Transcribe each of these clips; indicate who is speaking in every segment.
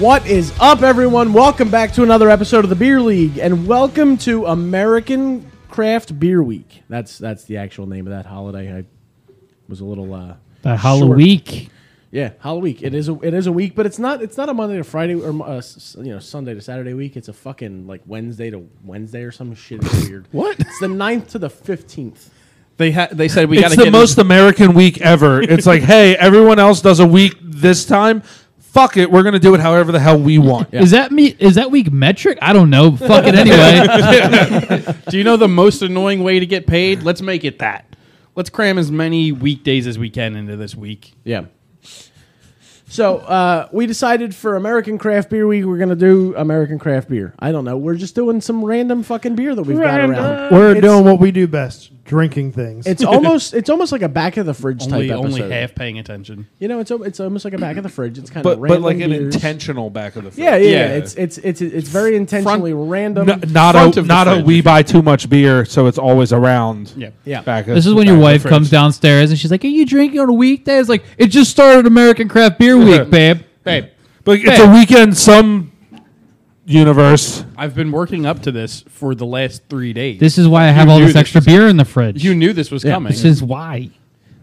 Speaker 1: What is up, everyone? Welcome back to another episode of the Beer League, and welcome to American Craft Beer Week. That's that's the actual name of that holiday. I was a little uh,
Speaker 2: That
Speaker 1: short.
Speaker 2: Halloween.
Speaker 1: Yeah, Halloween. It is a it is a week, but it's not it's not a Monday to Friday or uh, s- you know Sunday to Saturday week. It's a fucking like Wednesday to Wednesday or some shit It's weird.
Speaker 3: What?
Speaker 1: It's the 9th to the fifteenth.
Speaker 3: They ha- they said we got
Speaker 2: It's
Speaker 3: to
Speaker 2: the
Speaker 3: get
Speaker 2: most American week ever. It's like, hey, everyone else does a week this time. Fuck it, we're gonna do it however the hell we want.
Speaker 4: Is that me? Is that week metric? I don't know. Fuck it anyway.
Speaker 3: Do you know the most annoying way to get paid? Let's make it that. Let's cram as many weekdays as we can into this week.
Speaker 1: Yeah. So uh, we decided for American Craft Beer Week, we're gonna do American Craft Beer. I don't know. We're just doing some random fucking beer that we've got around.
Speaker 5: Uh, We're
Speaker 1: It's-
Speaker 5: doing what we do best: drinking things.
Speaker 1: It's almost it's almost like a back of the fridge
Speaker 3: Only,
Speaker 1: type episode.
Speaker 3: only half paying attention.
Speaker 1: You know, it's al- it's almost like a back of the fridge. It's kind of
Speaker 2: But
Speaker 1: random
Speaker 2: but like an
Speaker 1: beers.
Speaker 2: intentional back of the
Speaker 1: Yeah, yeah, yeah.
Speaker 3: Yeah.
Speaker 1: It's it's it's it's very intentionally random.
Speaker 2: N- not
Speaker 3: front
Speaker 2: a
Speaker 3: of the
Speaker 2: not a
Speaker 3: fridge.
Speaker 2: we buy too much beer, so it's always around.
Speaker 3: Yeah.
Speaker 1: Yeah.
Speaker 2: Back of,
Speaker 4: this is when your
Speaker 2: back of
Speaker 4: wife
Speaker 2: the
Speaker 4: comes
Speaker 2: fridge.
Speaker 4: downstairs and she's like, "Are you drinking on a weekday?" It's like it just started American Craft Beer Week, babe.
Speaker 3: Babe,
Speaker 2: But it's a weekend. Some universe.
Speaker 3: I've been working up to this for the last three days.
Speaker 4: This is why I have all
Speaker 3: knew
Speaker 4: this
Speaker 3: this
Speaker 4: extra beer in the fridge.
Speaker 3: you knew this was coming.
Speaker 4: This is why.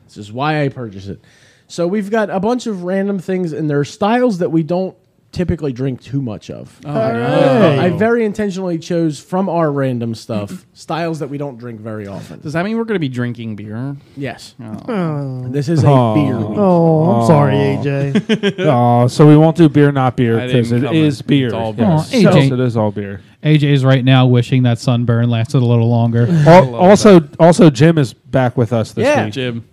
Speaker 1: This is why I purchase it. So we've got a bunch of random things, and there are styles that we don't typically drink too much of. I very intentionally chose from our random stuff styles that we don't drink very often.
Speaker 3: Does that mean we're going to be drinking beer?
Speaker 1: Yes, this is a
Speaker 2: Aw.
Speaker 1: beer. Week.
Speaker 5: oh, I'm sorry, AJ.
Speaker 2: oh, so we won't do beer, not beer,
Speaker 3: I
Speaker 2: because
Speaker 3: didn't
Speaker 2: it
Speaker 3: cover
Speaker 2: is
Speaker 3: it.
Speaker 2: beer.
Speaker 3: It's all
Speaker 2: Yes.
Speaker 3: beer.
Speaker 4: Aw,
Speaker 2: Yes,
Speaker 4: AJ.
Speaker 2: it is all beer.
Speaker 4: AJ's right now wishing that sunburn lasted a little longer.
Speaker 2: Al- also, also, Jim is back with us this
Speaker 1: Yeah.
Speaker 2: week.
Speaker 3: Jim.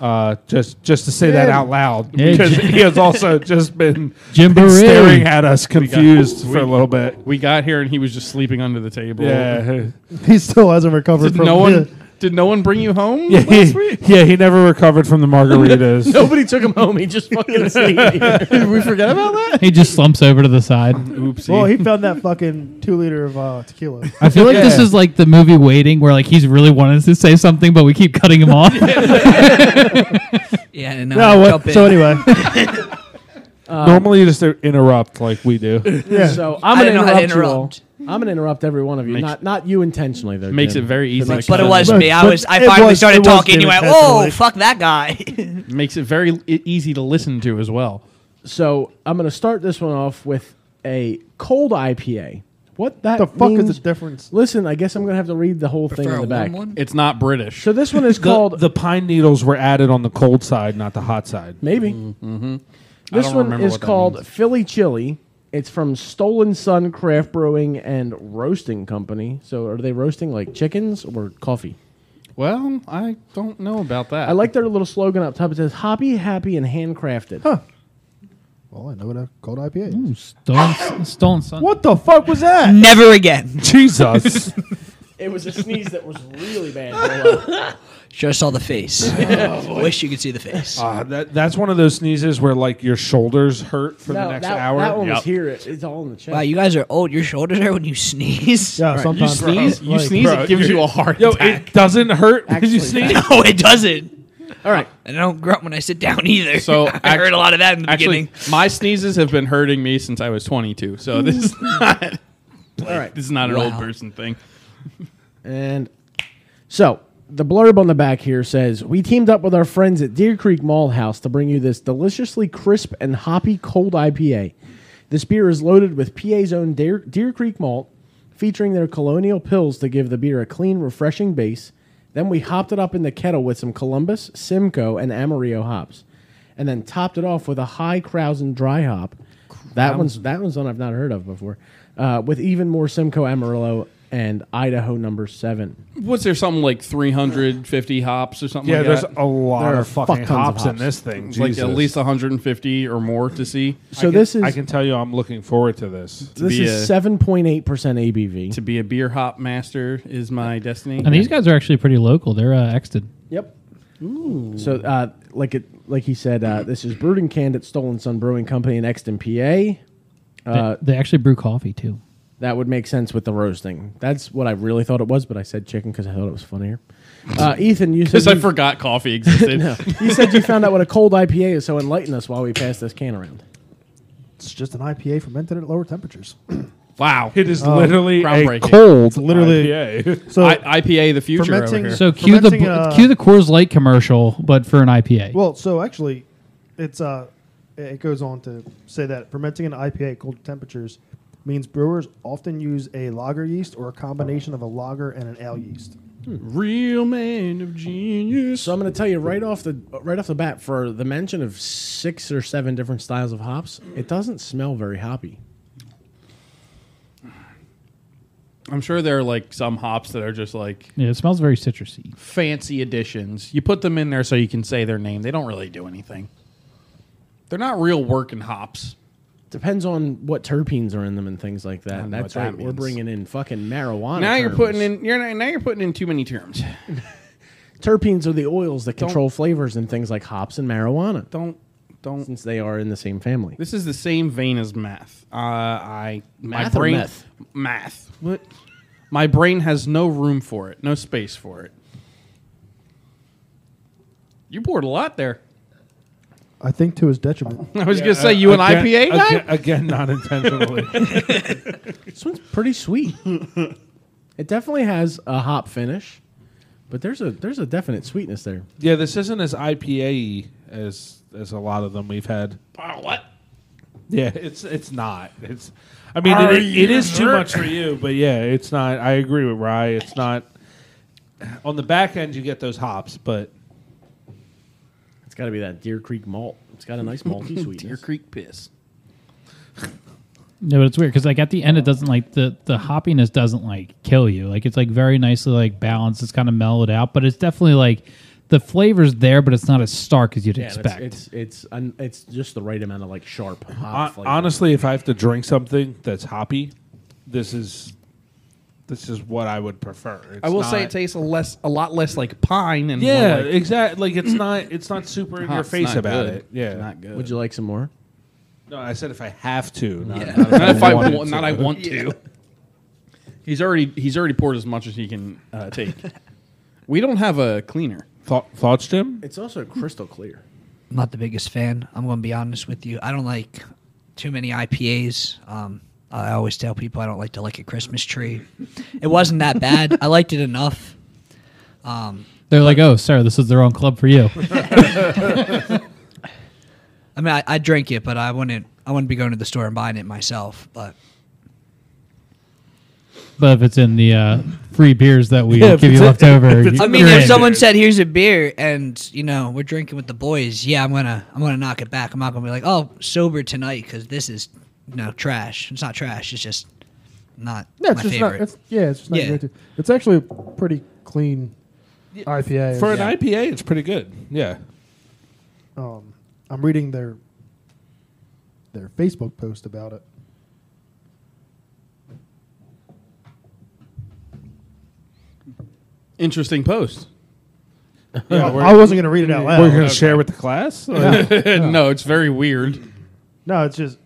Speaker 2: Uh, just just to say that
Speaker 1: Jim.
Speaker 2: out loud
Speaker 4: Yeah,
Speaker 2: because
Speaker 4: Jim.
Speaker 2: he has also just been,
Speaker 4: Jim
Speaker 2: been
Speaker 4: Barry.
Speaker 2: staring at us confused
Speaker 3: we-
Speaker 2: for a little bit.
Speaker 3: We got here and he was just sleeping under the table.
Speaker 2: Yeah,
Speaker 5: he still hasn't recovered
Speaker 3: Did
Speaker 5: from
Speaker 3: no
Speaker 5: the-
Speaker 3: one did no one bring you home
Speaker 2: yeah,
Speaker 3: last
Speaker 2: he,
Speaker 3: week?
Speaker 2: yeah. He never recovered from the margaritas.
Speaker 1: Nobody took him home. He just fucking stayed here.
Speaker 3: Did we forget about that?
Speaker 4: He just slumps over to the side.
Speaker 3: Oopsie.
Speaker 5: Well, he found that fucking two liter of uh, tequila.
Speaker 4: I feel like this
Speaker 2: Yeah.
Speaker 4: is like the movie Waiting, where like he's really wanted to say something, but we keep cutting him off.
Speaker 6: Yeah, and
Speaker 5: no,
Speaker 6: now I
Speaker 5: what?
Speaker 6: jump in.
Speaker 5: So anyway,
Speaker 2: Normally, you just interrupt like we do.
Speaker 5: yeah.
Speaker 1: So I'm gonna
Speaker 6: didn't
Speaker 1: interrupt,
Speaker 6: know how to
Speaker 1: you all.
Speaker 6: interrupt.
Speaker 1: I'm gonna interrupt every one of you.
Speaker 3: Makes-
Speaker 1: not not you intentionally though.
Speaker 3: makes
Speaker 1: Jim.
Speaker 3: it very easy. to
Speaker 6: but it
Speaker 3: cut
Speaker 6: was
Speaker 5: But-
Speaker 6: me. I
Speaker 5: but
Speaker 6: was. I
Speaker 5: it
Speaker 6: finally
Speaker 5: was-
Speaker 6: started
Speaker 5: it was
Speaker 6: talking. You
Speaker 5: David
Speaker 6: went,
Speaker 5: Hasselhoff.
Speaker 6: "Whoa, fuck that guy!"
Speaker 3: makes it very e- easy to listen to as well.
Speaker 1: So I'm gonna start this one off with a cold IPA. What that
Speaker 5: the fuck
Speaker 1: means,
Speaker 5: is the difference?
Speaker 1: Listen, I guess I'm gonna have to read the whole thing
Speaker 6: For
Speaker 1: in
Speaker 6: a
Speaker 1: the back.
Speaker 6: one-one?
Speaker 3: It's not British.
Speaker 1: So this one is called
Speaker 2: the pine needles were added on the cold side, not the hot side.
Speaker 1: maybe. This
Speaker 3: don't
Speaker 1: one
Speaker 3: remember
Speaker 1: is
Speaker 3: what that
Speaker 1: called
Speaker 3: means.
Speaker 1: Philly Chili. It's from Stolen Sun Craft Brewing and Roasting Company. So are they roasting like chickens or coffee?
Speaker 3: Well, I don't know about that.
Speaker 1: I like their little slogan up top. It says "Hoppy, happy, and handcrafted." Huh.
Speaker 5: Well, I know what a cold IPA. Is.
Speaker 4: Stolen, stolen sun.
Speaker 5: What the fuck was that?
Speaker 6: Never again.
Speaker 2: Jesus,
Speaker 1: It was a sneeze that was really bad.
Speaker 6: Sure saw the face.
Speaker 3: Oh,
Speaker 6: Uh, Wish you could see the face.
Speaker 2: Ah, that, that's one of those sneezes where like your shoulders hurt for the
Speaker 1: no,
Speaker 2: next
Speaker 1: that,
Speaker 2: hour.
Speaker 1: that one
Speaker 3: Yep.
Speaker 1: was here. It- it's all in the chat.
Speaker 6: wow, you guys are old. Your shoulders hurt when you sneeze.
Speaker 5: Yeah,
Speaker 3: you
Speaker 5: sometimes
Speaker 3: sneeze. You
Speaker 5: Like,
Speaker 3: sneeze.
Speaker 2: Bro,
Speaker 3: it gives
Speaker 2: you're-
Speaker 3: you a heart
Speaker 2: Yo,
Speaker 3: attack.
Speaker 2: it doesn't hurt when you
Speaker 1: Actually,
Speaker 2: sneeze.
Speaker 6: no, it doesn't.
Speaker 1: all right.
Speaker 6: And I don't grunt when I sit down either.
Speaker 3: So
Speaker 6: I
Speaker 3: act-
Speaker 6: heard a lot of that in the
Speaker 3: Actually,
Speaker 6: beginning.
Speaker 3: my sneezes have been hurting me since I was 22. So this is not.
Speaker 1: All right.
Speaker 3: This is not an old
Speaker 6: Wow.
Speaker 3: person thing.
Speaker 1: And so the blurb on the back here says We teamed up with our friends at Deer Creek Mall House to bring you this deliciously crisp and hoppy cold IPA. This beer is loaded with PA's own Deer, Deer Creek malt, featuring their colonial pills to give the beer a clean, refreshing base. Then we hopped it up in the kettle with some Columbus, Simcoe, and Amarillo hops, and then topped it off with a high Krausen dry hop. That one's that one's one I've not heard of before. Uh, with even more Simcoe Amarillo and Idaho number seven.
Speaker 3: What's there? Something like 350 hops or something.
Speaker 2: Yeah,
Speaker 3: like
Speaker 2: there's
Speaker 3: that?
Speaker 2: a lot
Speaker 1: There are
Speaker 2: of uh,
Speaker 1: fuck
Speaker 2: fucking
Speaker 1: tons of
Speaker 2: hops, in
Speaker 1: hops.
Speaker 2: this thing.
Speaker 3: It's like
Speaker 2: Jesus.
Speaker 3: at least 150 or more to see
Speaker 1: So this is
Speaker 2: I can tell you, I'm looking forward to this.
Speaker 1: this
Speaker 3: be
Speaker 1: is
Speaker 3: a-
Speaker 1: seven point eight percent ABV.
Speaker 3: to be a beer hop master is my destiny.
Speaker 4: And these guys are actually pretty local. They're uh, Exton.
Speaker 1: Yep. So, uh, like it, like he said, uh, this is brewed and canned at Stolen Sun Brewing Company in Exton, PA.
Speaker 4: They, they actually brew coffee too.
Speaker 1: That would make sense with the roasting. That's what I really thought it was, but I said chicken because I thought it was funnier. Uh, Ethan, you said
Speaker 3: because I
Speaker 1: you,
Speaker 3: forgot coffee existed.
Speaker 1: you said you found out what a cold IPA is, so enlighten us while we pass this can around.
Speaker 5: It's just an IPA fermented at lower temperatures.
Speaker 3: Wow.
Speaker 2: It is
Speaker 5: Oh,
Speaker 2: literally a
Speaker 3: groundbreaking.
Speaker 2: cold.
Speaker 5: literally-
Speaker 2: IPA.
Speaker 5: So
Speaker 3: I, IPA the future
Speaker 5: Fermenting-
Speaker 3: over here.
Speaker 5: so-
Speaker 4: So cue the
Speaker 5: Fermenting, uh,
Speaker 4: cue the Coors Light commercial, but for an IPA.
Speaker 5: Well, so actually, it's uh, it goes on to say that fermenting an IPA at cold temperatures means brewers often use a lager yeast or a combination of a lager and an ale yeast.
Speaker 3: Real man of genius.
Speaker 1: So I'm going to tell you right off the right off the bat for the mention of six or seven different styles of hops, it doesn't smell very hoppy.
Speaker 3: I'm sure there are like some hops that are just like
Speaker 4: yeah, it smells very citrusy.
Speaker 3: fancy additions. You put them in there so you can say their name. They don't really do anything. They're not real working hops.
Speaker 1: Depends on what terpenes are in them and things like that.
Speaker 3: don't know
Speaker 1: That's
Speaker 3: what that
Speaker 1: right. We're
Speaker 3: means.
Speaker 1: bringing in fucking marijuana.
Speaker 3: now you're
Speaker 1: terms.
Speaker 3: putting in you're not, now you're putting in too many terms.
Speaker 1: terpenes are the oils that control flavors and things like hops and marijuana,
Speaker 3: Don't don't.
Speaker 1: since they are in the same family.
Speaker 3: This is the same vein as math. Uh, I my
Speaker 1: Math or
Speaker 3: brain
Speaker 1: meth?
Speaker 3: math. What? My brain has no room for it, no space for it. You poured a lot there.
Speaker 5: I think to his detriment.
Speaker 3: I was gonna say you an
Speaker 2: uh,
Speaker 3: IPA
Speaker 2: Again-
Speaker 3: guy.
Speaker 2: Again, again, not intentionally.
Speaker 1: This one's pretty sweet. it definitely has a hop finish, but there's a there's a definite sweetness there.
Speaker 2: yeah, this isn't as IPA as as a lot of them we've had.
Speaker 3: Oh, what?
Speaker 2: Yeah, it's it's not. It's. I mean,
Speaker 3: Are
Speaker 2: it,
Speaker 3: you
Speaker 2: it is too
Speaker 3: sure?
Speaker 2: much for you, but yeah, it's not. I agree with Rye. It's not. On the back end, you get those hops, but
Speaker 1: It's got to be that Deer Creek malt. It's got a nice malty
Speaker 3: Deer
Speaker 1: sweetness.
Speaker 3: Creek piss.
Speaker 4: No, but it's weird because like at the end, it doesn't like the the hoppiness doesn't like kill you. Like it's like very nicely like balanced. It's kind of mellowed out, but it's definitely like the flavors there, but it's not as stark as you'd
Speaker 1: Yeah, and
Speaker 4: expect.
Speaker 1: it's it's it's, un, it's just the right amount of like sharp hop.
Speaker 2: hon-
Speaker 1: flavor.
Speaker 2: honestly, if I have to drink something that's hoppy, this is this is what I would prefer. It's
Speaker 3: I will say
Speaker 2: not-
Speaker 3: it tastes a less, a lot less like pine and more
Speaker 2: Yeah,
Speaker 3: like-
Speaker 2: exactly. Like it's not it's not super in
Speaker 3: Huh,
Speaker 2: your
Speaker 3: it's
Speaker 2: face
Speaker 3: not
Speaker 2: about
Speaker 3: good.
Speaker 2: it. Yeah.
Speaker 3: It's not good.
Speaker 1: would you like some more?
Speaker 2: No, I said if I have to. Not,
Speaker 6: Yeah.
Speaker 2: not if,
Speaker 3: not if I
Speaker 2: wanted
Speaker 3: want, not
Speaker 2: to.
Speaker 3: I want to. He's already he's already poured as much as he can uh, take. we don't have a cleaner.
Speaker 2: Thought, thoughts, Jim?
Speaker 1: It's also crystal clear.
Speaker 6: I'm not the biggest fan. I'm going to be honest with you. I don't like too many IPAs. Um, I always tell people I don't like to lick a Christmas tree. It wasn't that bad. I liked it enough.
Speaker 4: They're like, oh, sir, this is the wrong club for you.
Speaker 6: I mean, I, I drink it, but I wouldn't. I wouldn't be going to the store and buying it myself. But
Speaker 4: but if it's in the uh, free beers that we
Speaker 2: Yeah, if
Speaker 4: give you left
Speaker 2: it's-
Speaker 4: over,
Speaker 2: if it's
Speaker 6: I
Speaker 2: in
Speaker 6: mean,
Speaker 2: Great.
Speaker 6: if someone said, "Here's a beer," and you know we're drinking with the boys, yeah, I'm gonna I'm gonna knock it back. I'm not gonna be like, "Oh, sober tonight," because this is you know trash. It's not trash. It's just not
Speaker 5: Yeah,
Speaker 6: my
Speaker 5: it's just
Speaker 6: favorite.
Speaker 5: not. It's, yeah, it's just not
Speaker 6: Yeah.
Speaker 5: great. To, it's actually a pretty clean IPA.
Speaker 2: For an
Speaker 5: Yeah.
Speaker 2: IPA, it's pretty good. Yeah.
Speaker 5: um, I'm reading their their Facebook post about it.
Speaker 3: Interesting post.
Speaker 5: I- I wasn't gonna read it out
Speaker 2: We're gonna
Speaker 5: loud.
Speaker 2: share with the class.
Speaker 3: Oh, no, it's very weird.
Speaker 5: No, it's just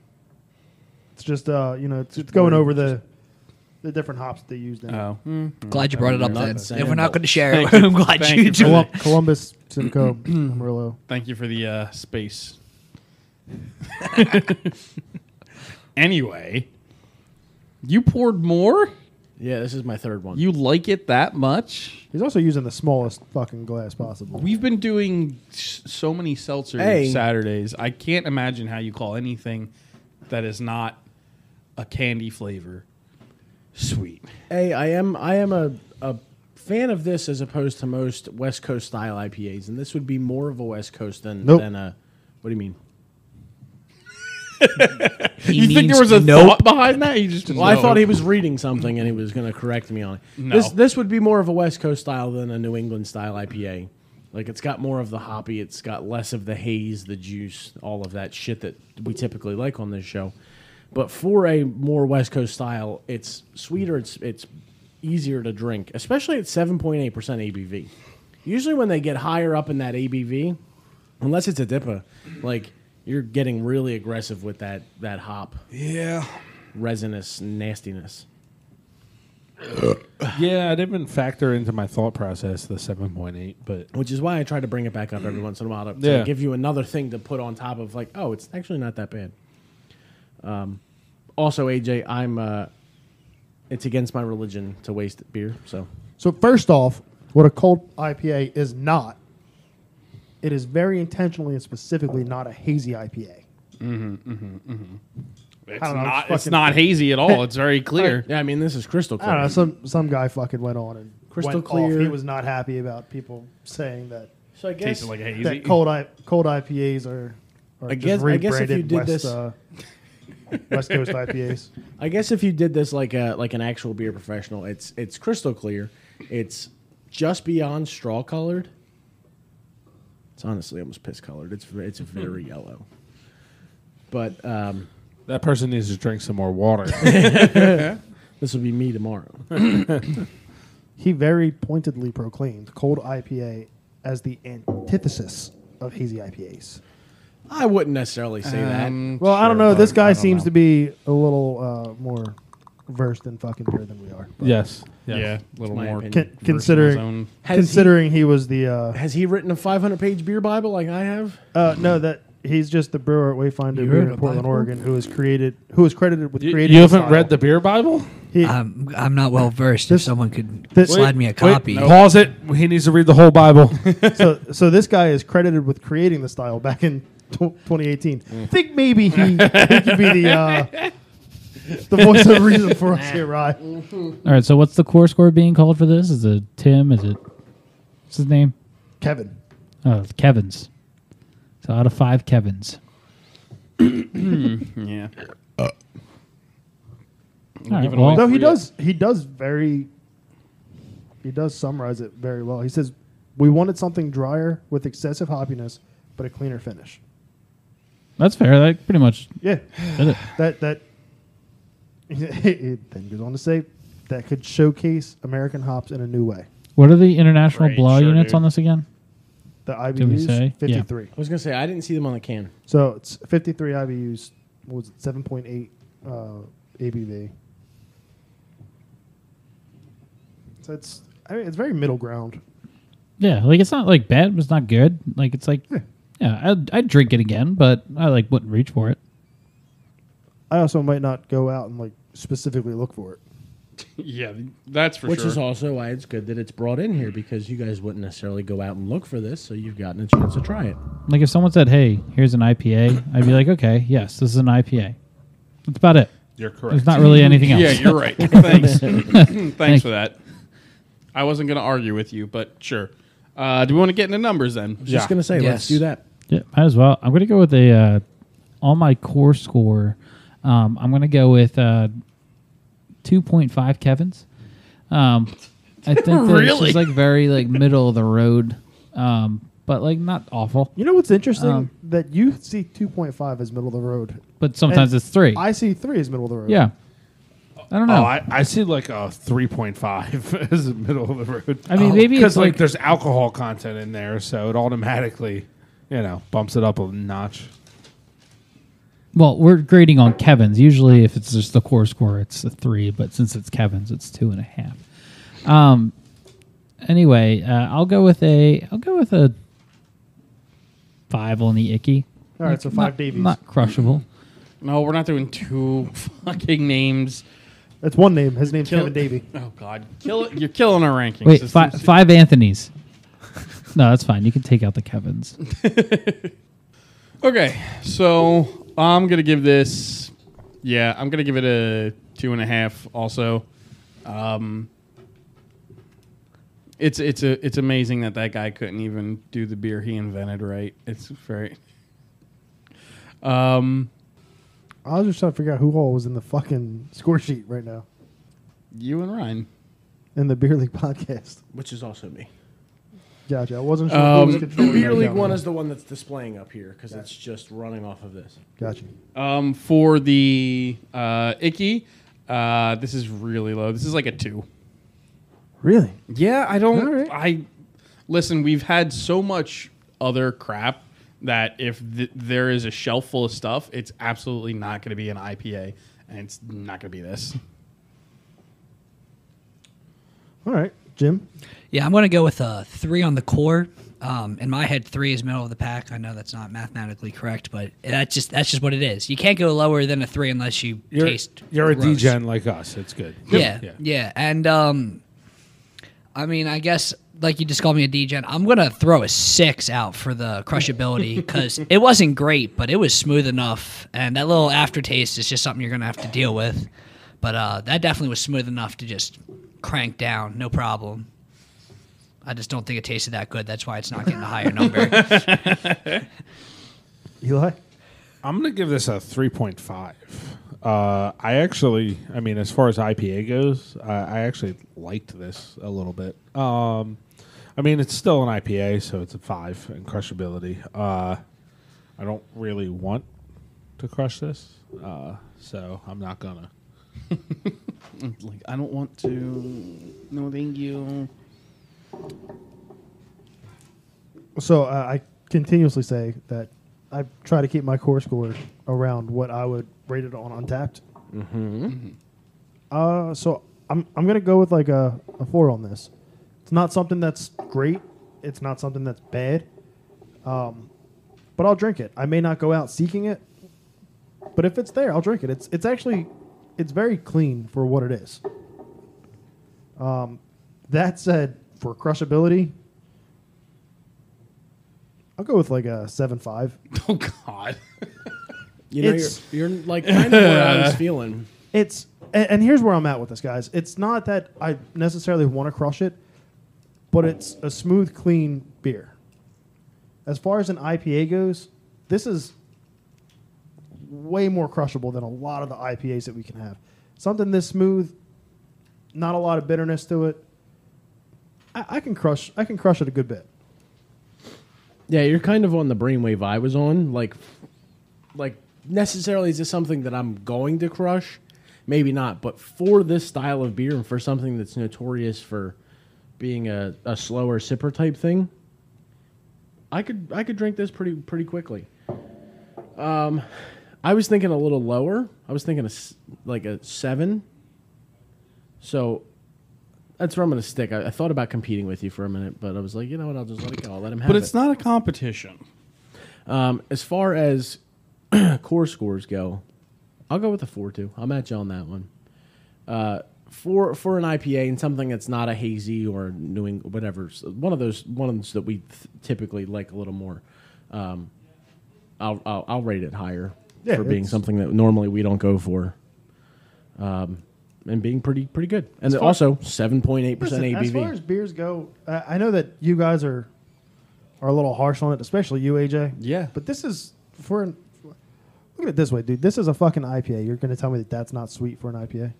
Speaker 5: it's just uh, you know it's, it's going over the the different hops they used in it.
Speaker 3: Oh,
Speaker 6: Glad you brought it up.
Speaker 1: not
Speaker 6: Then
Speaker 1: saying
Speaker 6: if we're not going to share
Speaker 3: Thank
Speaker 6: it,
Speaker 3: you.
Speaker 6: I'm glad
Speaker 3: Thank
Speaker 6: you,
Speaker 3: you for
Speaker 6: do.
Speaker 5: Colum- Columbus, Simcoe, Amarillo.
Speaker 3: thank you for the uh, space. anyway, you poured more.
Speaker 1: Yeah, this is my third one.
Speaker 3: You like it that much?
Speaker 5: He's also using the smallest fucking glass possible.
Speaker 3: We've been doing s- so many seltzer
Speaker 1: Hey.
Speaker 3: Saturdays. I can't imagine how you call anything that is not a candy flavor sweet.
Speaker 1: Hey, I am I am a, a fan of this as opposed to most West Coast style IPAs, and this would be more of a West Coast than
Speaker 5: Nope.
Speaker 1: than a. What do you mean?
Speaker 6: He
Speaker 3: you think there
Speaker 6: means
Speaker 3: was a
Speaker 6: nope.
Speaker 3: thought behind that? You just
Speaker 1: Well, I thought he was reading something and he was going to correct me on it. This
Speaker 3: No.
Speaker 1: this would be more of a West Coast style than a New England style IPA. Like it's got more of the hoppy, it's got less of the haze, the juice, all of that shit that we typically like on this show. But for a more West Coast style, it's sweeter, it's it's easier to drink, especially at 7.8% ABV. Usually when they get higher up in that ABV, unless it's a DIPA, like you're getting really aggressive with that that hop
Speaker 3: Yeah.
Speaker 1: resinous nastiness.
Speaker 2: yeah, I didn't factor into my thought process the seven point eight, but
Speaker 1: which is why I try to bring it back up every once in a while to, to
Speaker 2: Yeah.
Speaker 1: give you another thing to put on top of like, oh, it's actually not that bad. Also, AJ, I'm. Uh, it's against my religion to waste beer, so
Speaker 5: So first off, what a cold IPA is not. It is very intentionally and specifically not a hazy IPA.
Speaker 3: Mm-hmm, It's
Speaker 5: I don't know,
Speaker 3: not.
Speaker 5: it's
Speaker 3: It's
Speaker 5: fucking-
Speaker 3: not hazy at all. It's very clear.
Speaker 1: yeah. I mean, this is crystal clear.
Speaker 5: I don't know. Some some guy fucking went on and
Speaker 1: Crystal
Speaker 5: went off.
Speaker 1: clear.
Speaker 5: He was not happy about people saying that
Speaker 1: so I guess
Speaker 3: Tasted like a hazy.
Speaker 5: that cold I, cold IPAs are. are
Speaker 1: I
Speaker 5: just
Speaker 1: guess- I guess if you
Speaker 5: rebranded
Speaker 1: did
Speaker 5: West,
Speaker 1: this-
Speaker 5: uh, West Coast IPAs.
Speaker 1: I guess if you did this like a like an actual beer professional, it's it's crystal clear. It's just beyond straw colored. It's honestly almost piss colored. It's ve- it's very yellow. But um,
Speaker 2: That person needs to drink some more water.
Speaker 1: this will be me tomorrow.
Speaker 5: He very pointedly proclaimed cold IPA as the antithesis of hazy IPAs.
Speaker 1: I wouldn't necessarily say
Speaker 3: Um,
Speaker 5: Well, I don't know.
Speaker 2: Sure,
Speaker 5: This
Speaker 2: but
Speaker 5: guy
Speaker 2: I don't
Speaker 5: seems
Speaker 2: know.
Speaker 5: to be a little uh, more versed in fucking beer than we are. But
Speaker 2: yes.
Speaker 3: yeah, a little
Speaker 1: my
Speaker 3: more
Speaker 1: opinion.
Speaker 5: con-
Speaker 1: versed
Speaker 5: considering
Speaker 3: zone.
Speaker 1: Has
Speaker 5: considering he, was the uh,
Speaker 1: that. Has he written a 500 page beer bible like I have?
Speaker 5: uh, no that he's just the brewer at Wayfinder
Speaker 6: You
Speaker 5: Beer
Speaker 6: heard
Speaker 5: in
Speaker 6: of
Speaker 5: Portland,
Speaker 6: Bible?
Speaker 5: Oregon, who is created who is credited with
Speaker 2: You,
Speaker 5: creating.
Speaker 2: you
Speaker 5: the
Speaker 2: haven't
Speaker 5: style.
Speaker 2: read the beer Bible?
Speaker 5: He,
Speaker 6: I'm, I'm not well versed. If someone could slide me a
Speaker 2: Wait,
Speaker 6: copy.
Speaker 2: Pause it. He needs to read the whole Bible.
Speaker 5: so so this guy is credited with creating the style back in tw 2018.
Speaker 6: Mm.
Speaker 5: I think maybe he, he could be the uh, the voice of reason for us here, Rye.
Speaker 4: All right, so what's the core score being called for this? Is it Tim? Is it what's his name?
Speaker 5: Kevin.
Speaker 4: Oh, it's Kevin's. So out of five Kevin's.
Speaker 3: Hmm, Yeah.
Speaker 4: All right,
Speaker 3: give it away.
Speaker 4: well,
Speaker 5: No, he
Speaker 3: Free-
Speaker 5: does. He does very. He does summarize it very well. He says, "We wanted something drier with excessive hoppiness, but a cleaner finish."
Speaker 4: that's fair. That pretty much
Speaker 5: Yeah,
Speaker 4: did it.
Speaker 5: that that. It then goes on to say, that could showcase American hops in a new way.
Speaker 4: What are the international
Speaker 3: Great,
Speaker 4: blah
Speaker 3: sure,
Speaker 4: units
Speaker 3: dude.
Speaker 4: on this again?
Speaker 5: The
Speaker 4: we
Speaker 5: IBUs
Speaker 4: say? Yeah.
Speaker 5: fifty-three.
Speaker 1: I was gonna say I didn't see them on the can.
Speaker 5: So it's 53 IBUs. What was it? 7.8 uh, ABV. So it's I mean it's very middle ground.
Speaker 4: Yeah, like it's not like bad, but it's not good. Like it's like yeah, I'd, I'd drink it again, but I like wouldn't reach for it.
Speaker 5: I also might not go out and like specifically look for it.
Speaker 3: Yeah, that's for
Speaker 1: Which
Speaker 3: sure.
Speaker 1: is also why it's good that it's brought in here because you guys wouldn't necessarily go out and look for this, so you've gotten a chance to try it.
Speaker 4: Like if someone said, "Hey, here's an IPA," I'd be like, "Okay, yes, this is an IPA." That's about it.
Speaker 2: You're correct.
Speaker 4: There's not really anything else.
Speaker 3: Yeah, you're right. Thanks. Thanks for that. I wasn't going to argue with you, but sure. Uh, do we want to get into numbers then?
Speaker 1: I was Just gonna say, let's
Speaker 6: Yes.
Speaker 1: do that.
Speaker 4: Yeah, might as well. I'm gonna go with a uh, on my core score. Um, I'm gonna go with uh, 2.5 Kevin's. Um, I think that it's
Speaker 3: Really?
Speaker 4: just like very like middle of the road, um, but like not awful.
Speaker 5: You know what's interesting
Speaker 4: Um,
Speaker 5: that you see 2.5 as middle of the road.
Speaker 4: But sometimes
Speaker 5: And
Speaker 4: it's three.
Speaker 5: I see three as middle of the road.
Speaker 4: yeah, I don't
Speaker 2: Oh,
Speaker 4: know.
Speaker 2: I, I see like a 3.5 as the middle of the road.
Speaker 4: I mean, maybe
Speaker 2: Because
Speaker 4: it's
Speaker 2: like,
Speaker 4: like-
Speaker 2: there's alcohol content in there, so it automatically, you know, bumps it up a notch.
Speaker 4: Well, we're grading on Kevin's. Usually, if it's just the core score, it's a three. But since it's Kevin's, it's two and a half. Um. Anyway, uh, I'll go with a I'll go with a five on the icky.
Speaker 5: All right, so five
Speaker 4: not,
Speaker 5: Davies.
Speaker 4: Not crushable.
Speaker 3: No, we're not doing two fucking names.
Speaker 5: That's one name. His name's Kevin Davey.
Speaker 3: Oh God, kill it! You're killing our rankings.
Speaker 4: Wait,
Speaker 3: This
Speaker 4: fi-
Speaker 3: is-
Speaker 4: five Anthony's. No, that's fine. You can take out the Kevin's.
Speaker 3: Okay, so I'm gonna give this. Yeah, I'm gonna give it a two and a half. Also, um, it's it's a it's amazing that that guy couldn't even do the beer he invented. Right? It's very. Um,
Speaker 5: I was just trying to figure out who all was in the fucking score sheet right now
Speaker 3: you and Ryan.
Speaker 5: in the beer league podcast.
Speaker 1: Which is also me.
Speaker 5: Gotcha. I wasn't sure. who was
Speaker 3: Um,
Speaker 5: controlling
Speaker 1: Beer
Speaker 5: that
Speaker 1: League
Speaker 5: down
Speaker 1: One
Speaker 5: there.
Speaker 1: is the one that's displaying up here because it's just running off of this.
Speaker 5: Gotcha.
Speaker 3: Um, for the uh, icky, uh, this is really low. This is like a two.
Speaker 5: Really?
Speaker 3: Yeah, I don't.
Speaker 5: All right.
Speaker 3: I listen. We've had so much other crap that if th- there is a shelf full of stuff, it's absolutely not going to be an IPA, and it's not going to be this.
Speaker 5: All right, Jim.
Speaker 6: Yeah, I'm going to go with a uh, three on the core Um, in my head, three is middle of the pack. I know that's not mathematically correct, but that's just that's just what it is. You can't go lower than a three unless you
Speaker 2: You're,
Speaker 6: taste.
Speaker 2: you're a
Speaker 6: gross.
Speaker 2: DGen like us. It's good.
Speaker 6: Yeah, yeah, and um, I mean, I guess like you just called me a DGen. I'm gonna throw a six out for the crushability because it wasn't great, but it was smooth enough, and that little aftertaste is just something you're gonna have to deal with. But uh, that definitely was smooth enough to just crank down, no problem. I just don't think it tasted that good. That's why it's not getting a higher number.
Speaker 5: Eli,
Speaker 2: I'm gonna give this a 3.5. Uh, I actually, I mean, as far as IPA goes, I, I actually liked this a little bit. Um, I mean, it's still an IPA, so it's a five in crushability. Uh, I don't really want to crush this, uh, so I'm not gonna.
Speaker 3: Like I don't want to. No, thank you.
Speaker 5: so uh, I continuously say that I try to keep my core score around what I would rate it on Untapped. Mm-hmm. Uh, so I'm I'm gonna go with like a, a four on this. It's not something that's great. It's not something that's bad. Um, but I'll drink it. I may not go out seeking it, but if it's there, I'll drink it. It's it's actually it's very clean for what it is. Um, that said, for crushability, I'll go with like a seven five.
Speaker 3: Oh God.
Speaker 1: You know,
Speaker 5: It's-
Speaker 1: you're, you're like kind of where I was feeling.
Speaker 5: It's and, and here's where I'm at with this, guys. It's not that I necessarily want to crush it, but it's a smooth, clean beer. As far as an IPA goes, this is way more crushable than a lot of the IPAs that we can have. Something this smooth, not a lot of bitterness to it. I, I can crush. I can crush it a good bit.
Speaker 1: Yeah, you're kind of on the brainwave I was on. Like, like necessarily is this something that I'm going to crush? Maybe not, but for this style of beer and for something that's notorious for being a, a slower sipper type thing, I could I could drink this pretty pretty quickly. Um, I was thinking a little lower. I was thinking a s- like a seven. So that's where I'm going to stick. I, I thought about competing with you for a minute, but I was like, you know what? I'll just let it go. I'll let him have
Speaker 3: But
Speaker 1: it.
Speaker 3: it's not a competition.
Speaker 1: Um, as far as core scores go, I'll go with a four two. I'll match you on that one. Uh, for for an IPA and something that's not a hazy or New England, whatever, so one of those ones that we th- typically like a little more. Um, I'll, I'll I'll rate it higher
Speaker 5: Yeah,
Speaker 1: for being
Speaker 5: it's-
Speaker 1: something that normally we don't go for. Um, and being pretty pretty good, and
Speaker 5: far-
Speaker 1: also seven point eight percent
Speaker 5: Listen,
Speaker 1: ABV.
Speaker 5: As far as beers go, I, I know that you guys are are a little harsh on it, especially you, AJ.
Speaker 3: Yeah.
Speaker 5: But this is for an. Look at it this way, dude. This is a fucking IPA. You're going to tell me that that's not sweet for an IPA?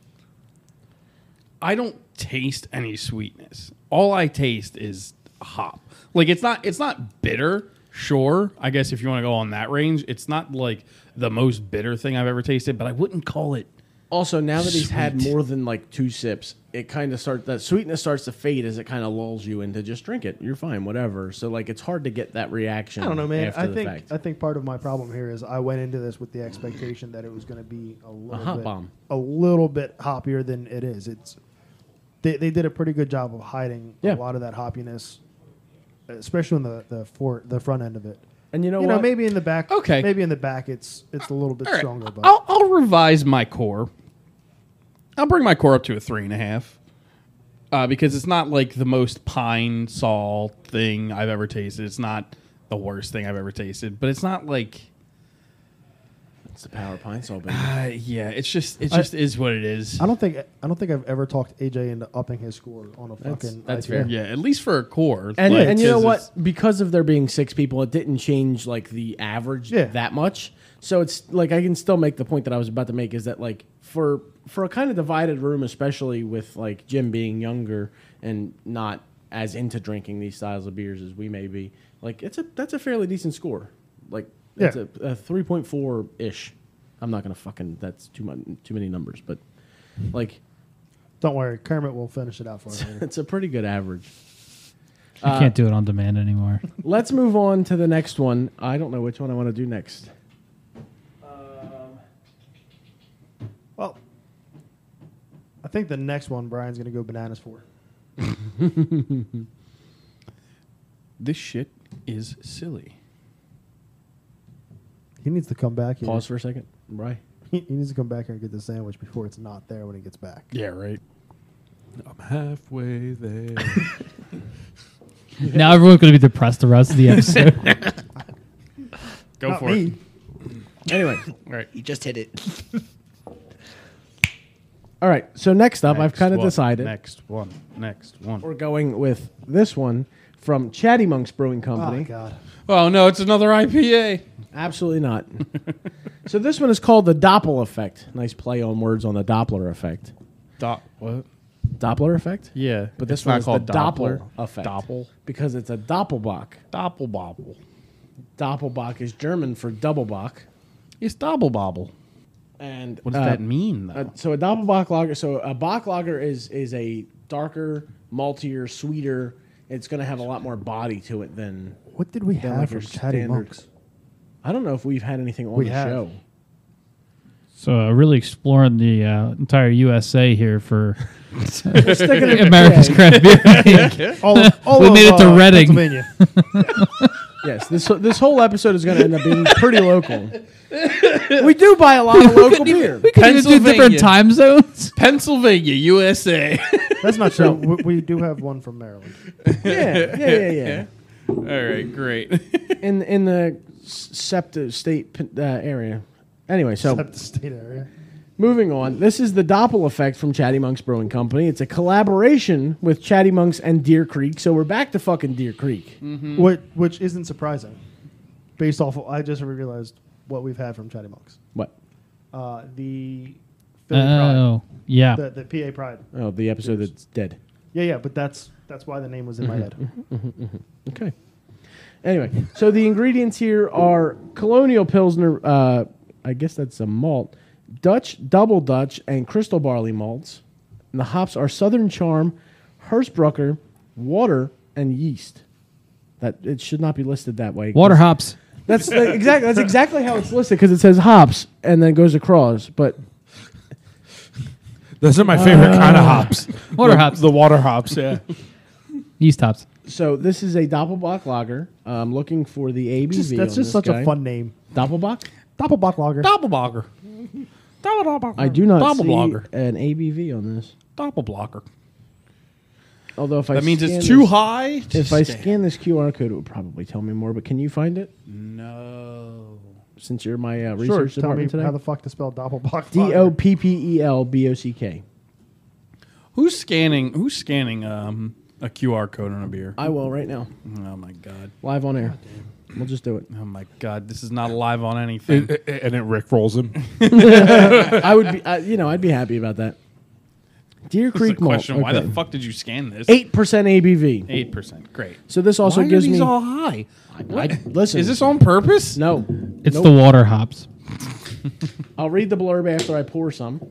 Speaker 3: I don't taste any sweetness. All I taste is hop. Like it's not it's not bitter. Sure, I guess if you want to go on that range, it's not like the most bitter thing I've ever tasted, but I wouldn't call it.
Speaker 1: Also, now that he's had
Speaker 3: Sweet.
Speaker 1: more than like two sips, it kind of starts that sweetness starts to fade as it kind of lulls you into just drink it. You're fine, whatever. So like, it's hard to get that reaction.
Speaker 5: I don't know, man.
Speaker 1: After
Speaker 5: I
Speaker 1: the
Speaker 5: think
Speaker 1: fact.
Speaker 5: I think part of my problem here is I went into this with the expectation that it was going to be a little
Speaker 1: hot
Speaker 5: bit,
Speaker 1: bomb.
Speaker 5: a little bit hoppier than it is. It's they, they did a pretty good job of hiding
Speaker 1: Yeah.
Speaker 5: a lot of that hoppiness, especially on the the for, the front end of it.
Speaker 1: And you know
Speaker 5: you know,
Speaker 1: what?
Speaker 5: maybe in the back,
Speaker 3: Okay.
Speaker 5: maybe in the back, it's it's a little bit
Speaker 3: All right,
Speaker 5: stronger. But
Speaker 3: I'll, I'll revise my core. I'll bring my core up to a three and a half uh, because it's not like the most pine salt thing I've ever tasted. It's not the worst thing I've ever tasted, but it's not like.
Speaker 1: it's the power pine salt. baby.
Speaker 3: Uh, yeah, it's just it
Speaker 5: I-
Speaker 3: just is what it is.
Speaker 5: I don't think I don't think I've ever talked AJ into upping his score on a
Speaker 1: That's-
Speaker 5: fucking.
Speaker 1: that's
Speaker 5: IPA.
Speaker 1: fair.
Speaker 3: Yeah, at least for a core.
Speaker 1: And,
Speaker 3: like,
Speaker 1: and you know
Speaker 3: 'cause
Speaker 1: what?
Speaker 3: it's-
Speaker 1: Because of there being six people, it didn't change like the average
Speaker 5: Yeah.
Speaker 1: that much. So it's like I can still make the point that I was about to make is that like for for a kind of divided room, especially with like Jim being younger and not as into drinking these styles of beers as we may be, like it's a that's a fairly decent score. Like it's
Speaker 5: Yeah.
Speaker 1: a, a three point four ish. I'm not gonna fucking that's too much too many numbers, but like
Speaker 5: Don't worry, Kermit will finish it out for us. later.
Speaker 1: it's a pretty good average.
Speaker 4: You
Speaker 5: Uh,
Speaker 4: can't do it on demand anymore.
Speaker 1: Let's move on to the next one. I don't know which one I want to do next.
Speaker 5: well, I think the next one Brian's going to go bananas for.
Speaker 3: This shit is silly.
Speaker 5: He needs to come back here.
Speaker 1: Pause for a second. Right.
Speaker 5: He, he needs to come back here and get the sandwich before it's not there when he gets back.
Speaker 3: Yeah, right.
Speaker 2: I'm halfway there.
Speaker 4: Now everyone's going to be depressed the rest of the episode.
Speaker 3: Go
Speaker 5: Not
Speaker 3: for
Speaker 5: me.
Speaker 3: it.
Speaker 1: Anyway,
Speaker 3: All right.
Speaker 6: You just hit it.
Speaker 1: all right. So next up, I've
Speaker 3: Next
Speaker 1: kind of
Speaker 3: one,
Speaker 1: decided
Speaker 3: Next one. Next
Speaker 1: we're
Speaker 3: one.
Speaker 1: going with this one from Chatty Monks Brewing
Speaker 5: Oh my
Speaker 1: Company.
Speaker 5: God.
Speaker 3: Oh no, it's another IPA.
Speaker 1: Absolutely not. so this one is called the Doppler effect. Nice play on words on the Doppler effect.
Speaker 3: Dot what?
Speaker 1: Doppler effect.
Speaker 3: Yeah,
Speaker 1: but
Speaker 3: it's
Speaker 1: this one
Speaker 3: not
Speaker 1: is
Speaker 3: called
Speaker 1: the Doppler,
Speaker 3: Doppel.
Speaker 1: effect.
Speaker 3: Doppel.
Speaker 1: because it's a Doppelbock.
Speaker 3: Doppelbobble.
Speaker 1: Doppelbock is German for double bock,
Speaker 3: It's Doppelbobble.
Speaker 1: and
Speaker 3: What does
Speaker 1: uh,
Speaker 3: that mean though?
Speaker 1: Uh, so a Doppelbock lager. So a Bock lager is is a darker, maltier, sweeter. It's going to have a lot more body to it than
Speaker 5: What did we
Speaker 1: than
Speaker 5: have
Speaker 1: like
Speaker 5: from
Speaker 1: your
Speaker 5: Chatty
Speaker 1: standard.
Speaker 5: Monks?
Speaker 1: I don't know if we've had anything on
Speaker 5: We
Speaker 1: the
Speaker 5: have.
Speaker 1: show.
Speaker 4: so uh, really exploring the uh, entire USA here for
Speaker 1: Let's stick it in
Speaker 4: America's
Speaker 1: today.
Speaker 4: craft beer. League.
Speaker 5: All of- all
Speaker 4: We
Speaker 5: of,
Speaker 4: made it to
Speaker 5: uh,
Speaker 4: Reading.
Speaker 5: Pennsylvania.
Speaker 1: Yes, this this whole episode is going to end up being pretty local. We do buy a lot of local beer.
Speaker 4: we could do different
Speaker 3: Pennsylvania.
Speaker 4: time zones.
Speaker 3: Pennsylvania, USA.
Speaker 5: That's not true. we, we do have one from Maryland.
Speaker 1: Yeah, yeah, yeah, yeah.
Speaker 3: All right, great.
Speaker 1: In in the SEPTA state p- uh, area. Anyway, so
Speaker 5: Except the state area.
Speaker 1: moving on. This is the Doppel effect from Chatty Monks Brewing Company. It's a collaboration with Chatty Monks and Deer Creek. So we're back to fucking Deer Creek.
Speaker 5: What, which isn't surprising, based off. Of, I just realized what we've had from Chatty Monks.
Speaker 1: What?
Speaker 5: Uh, the Philly
Speaker 4: Oh, yeah.
Speaker 5: Pride, the, the PA Pride.
Speaker 1: Oh, the episode that's dead.
Speaker 5: Yeah, yeah, but that's that's why the name was in my
Speaker 4: Mm-hmm.
Speaker 5: head.
Speaker 1: Okay. Anyway, so the ingredients here are Colonial Pilsner, uh, I guess that's a malt, Dutch, Double Dutch, and Crystal Barley malts. And the hops are Southern Charm, Hirschbrucker, water, and yeast. That It should not be listed that way. 'cause-
Speaker 4: Water hops.
Speaker 1: That's the- exactly, that's exactly how it's listed because it says hops and then goes across. But
Speaker 2: Those are my favorite kind of hops.
Speaker 4: Water
Speaker 2: The-
Speaker 4: hops.
Speaker 2: The water hops. Yeah.
Speaker 4: Yeast hops.
Speaker 1: so this is a Doppelbock lager. I'm looking for the ABV.
Speaker 5: Just- that's
Speaker 1: on
Speaker 5: just
Speaker 1: this
Speaker 5: such
Speaker 1: guy.
Speaker 5: a fun name.
Speaker 1: Doppelbock?
Speaker 5: Doppelbock Lager.
Speaker 3: Doppelbogger.
Speaker 1: I do not see
Speaker 3: Doppelblogger.
Speaker 1: an ABV on this.
Speaker 3: Doppelblocker.
Speaker 1: Although if I
Speaker 3: That means
Speaker 1: scan
Speaker 3: it's too
Speaker 1: this-
Speaker 3: high. to
Speaker 1: If I
Speaker 3: stand.
Speaker 1: scan this QR code, it would probably tell me more. But can you find it?
Speaker 3: No.
Speaker 1: Since you're my uh,
Speaker 5: Sure,
Speaker 1: research
Speaker 5: tell me
Speaker 1: department today.
Speaker 5: how the fuck to spell Doppelbock
Speaker 1: D
Speaker 5: Lager.
Speaker 1: o p p e l b o c k.
Speaker 3: Who's scanning? Who's scanning um, a QR code on a beer?
Speaker 1: I will right now,
Speaker 3: oh my god.
Speaker 1: live on air. We'll just do it.
Speaker 3: Oh my god. This is not alive on anything.
Speaker 1: Uh,
Speaker 2: and, and it Rick rolls him.
Speaker 1: I would be, I, you know, I'd be happy about that. Deer
Speaker 3: That's the
Speaker 1: Creek malt,
Speaker 3: question. Why the fuck did you scan this?
Speaker 1: eight percent ABV.
Speaker 3: Eight percent. Great.
Speaker 1: So this also
Speaker 3: Why are
Speaker 1: gives
Speaker 3: these
Speaker 1: me.
Speaker 3: all high?
Speaker 1: I,
Speaker 3: What?
Speaker 1: listen,
Speaker 3: Is this on purpose?
Speaker 1: No,
Speaker 4: It's
Speaker 1: Nope.
Speaker 4: the water hops.
Speaker 1: I'll read the blurb after I pour some.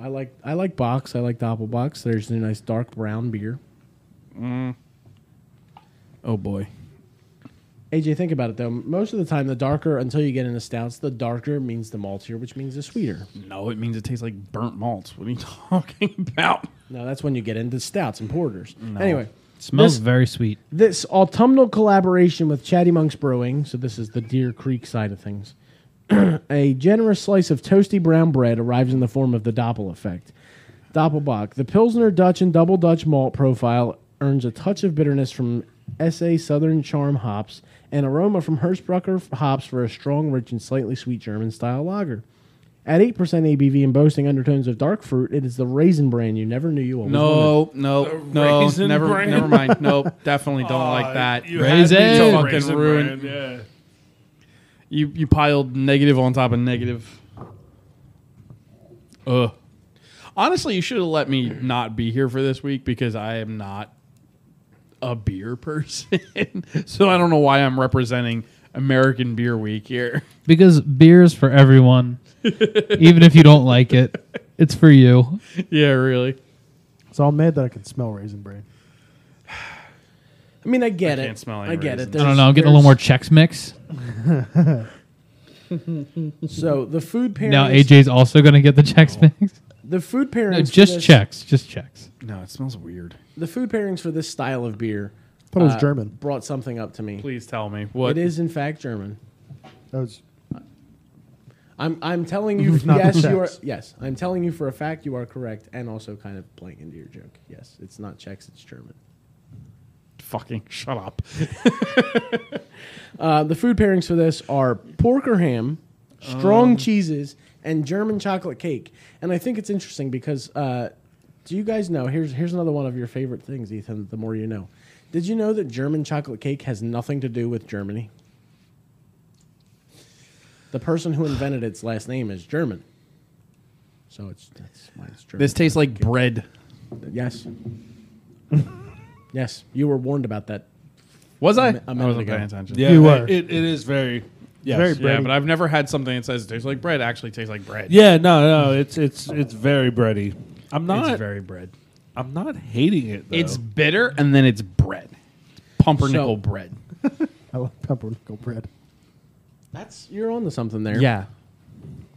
Speaker 1: I like I like box. I like Doppelbox. There's a nice dark brown beer.
Speaker 3: Oh boy.
Speaker 1: AJ, think about it though. Most of the time, the darker until you get into stouts, the darker means the maltier, which means the sweeter.
Speaker 3: No, it means it tastes like burnt malts. What are you talking about?
Speaker 1: No, that's when you get into stouts and porters. Anyway,
Speaker 4: Smells
Speaker 1: This-
Speaker 4: very sweet.
Speaker 1: this autumnal collaboration with Chatty Monks Brewing, so this is the Deer Creek side of things. a generous slice of toasty brown bread arrives in the form of the Doppel effect. Doppelbock, the Pilsner Dutch and Double Dutch malt profile earns a touch of bitterness from SA Southern Charm hops and aroma from Hirschbrucker f- hops for a strong, rich, and slightly sweet German style lager. At 8% ABV and boasting undertones of dark fruit, it is the raisin brand you never knew you always wanted.
Speaker 3: No, no, no.
Speaker 2: raisin
Speaker 3: Never,
Speaker 2: brand.
Speaker 3: never mind. Nope, definitely don't like that.
Speaker 2: You
Speaker 3: You,
Speaker 2: had me
Speaker 4: Raisin.
Speaker 2: till
Speaker 3: Fucking
Speaker 2: raisin
Speaker 3: ruined.
Speaker 2: brand, yeah.
Speaker 3: you piled negative on top of negative. Ugh. Honestly, you should have let me not be here for this week because I am not a beer person. so I don't know why I'm representing American Beer Week here.
Speaker 4: Because beer's for everyone, even if you don't like it. It's for you.
Speaker 3: yeah, really.
Speaker 5: So I'm mad that I can smell raisin brain.
Speaker 1: I mean, I get
Speaker 3: I
Speaker 1: it.
Speaker 3: can't smell any
Speaker 1: I get
Speaker 3: raisins.
Speaker 1: it.
Speaker 4: I don't know. I'm getting a little more
Speaker 1: There's-
Speaker 4: checks mix.
Speaker 1: So the food pairings.
Speaker 4: Now AJ's also going to get the checks mix.
Speaker 1: The food pairings.
Speaker 4: No,
Speaker 1: for
Speaker 4: just
Speaker 1: this-
Speaker 4: checks. Just checks.
Speaker 3: No, it smells weird.
Speaker 1: The food pairings for this style of beer
Speaker 5: thought it was German.
Speaker 1: brought something up to me.
Speaker 3: Please tell me what
Speaker 1: It is in fact German.
Speaker 5: That was
Speaker 1: I'm I'm telling you
Speaker 5: not
Speaker 1: yes you are
Speaker 5: Czechs.
Speaker 1: yes I'm telling you for a fact you are correct and also kind of playing into your joke. Yes, it's not Czechs, it's German.
Speaker 3: fucking shut up.
Speaker 1: Uh, the food pairings for this are pork or ham, strong cheeses, and German chocolate cake. And I think it's interesting because uh, do you guys know? Here's here's another one of your favorite things, Ethan. The more you know. Did you know that German chocolate cake has nothing to do with Germany? The person who invented its last name is German. So it's that's why it's German.
Speaker 3: This tastes like bread.
Speaker 1: yes. yes, you were warned about that.
Speaker 3: Was I?
Speaker 1: mi- a minute
Speaker 3: I wasn't
Speaker 1: ago.
Speaker 3: paying attention.
Speaker 2: Yeah,
Speaker 5: You
Speaker 2: it-
Speaker 5: were.
Speaker 2: It, it is very. Yes.
Speaker 5: very
Speaker 3: Yeah,
Speaker 5: bready.
Speaker 3: but I've never had something that says it tastes like bread. Actually, tastes like bread.
Speaker 2: Yeah, no, no, it's it's it's very bready. I'm
Speaker 3: it's
Speaker 2: not
Speaker 3: very bread.
Speaker 2: I'm not hating it though.
Speaker 3: It's bitter and then it's bread. It's pumpernickel
Speaker 1: So-
Speaker 3: bread.
Speaker 5: I love pumpernickel bread.
Speaker 1: That's you're onto something there.
Speaker 3: Yeah.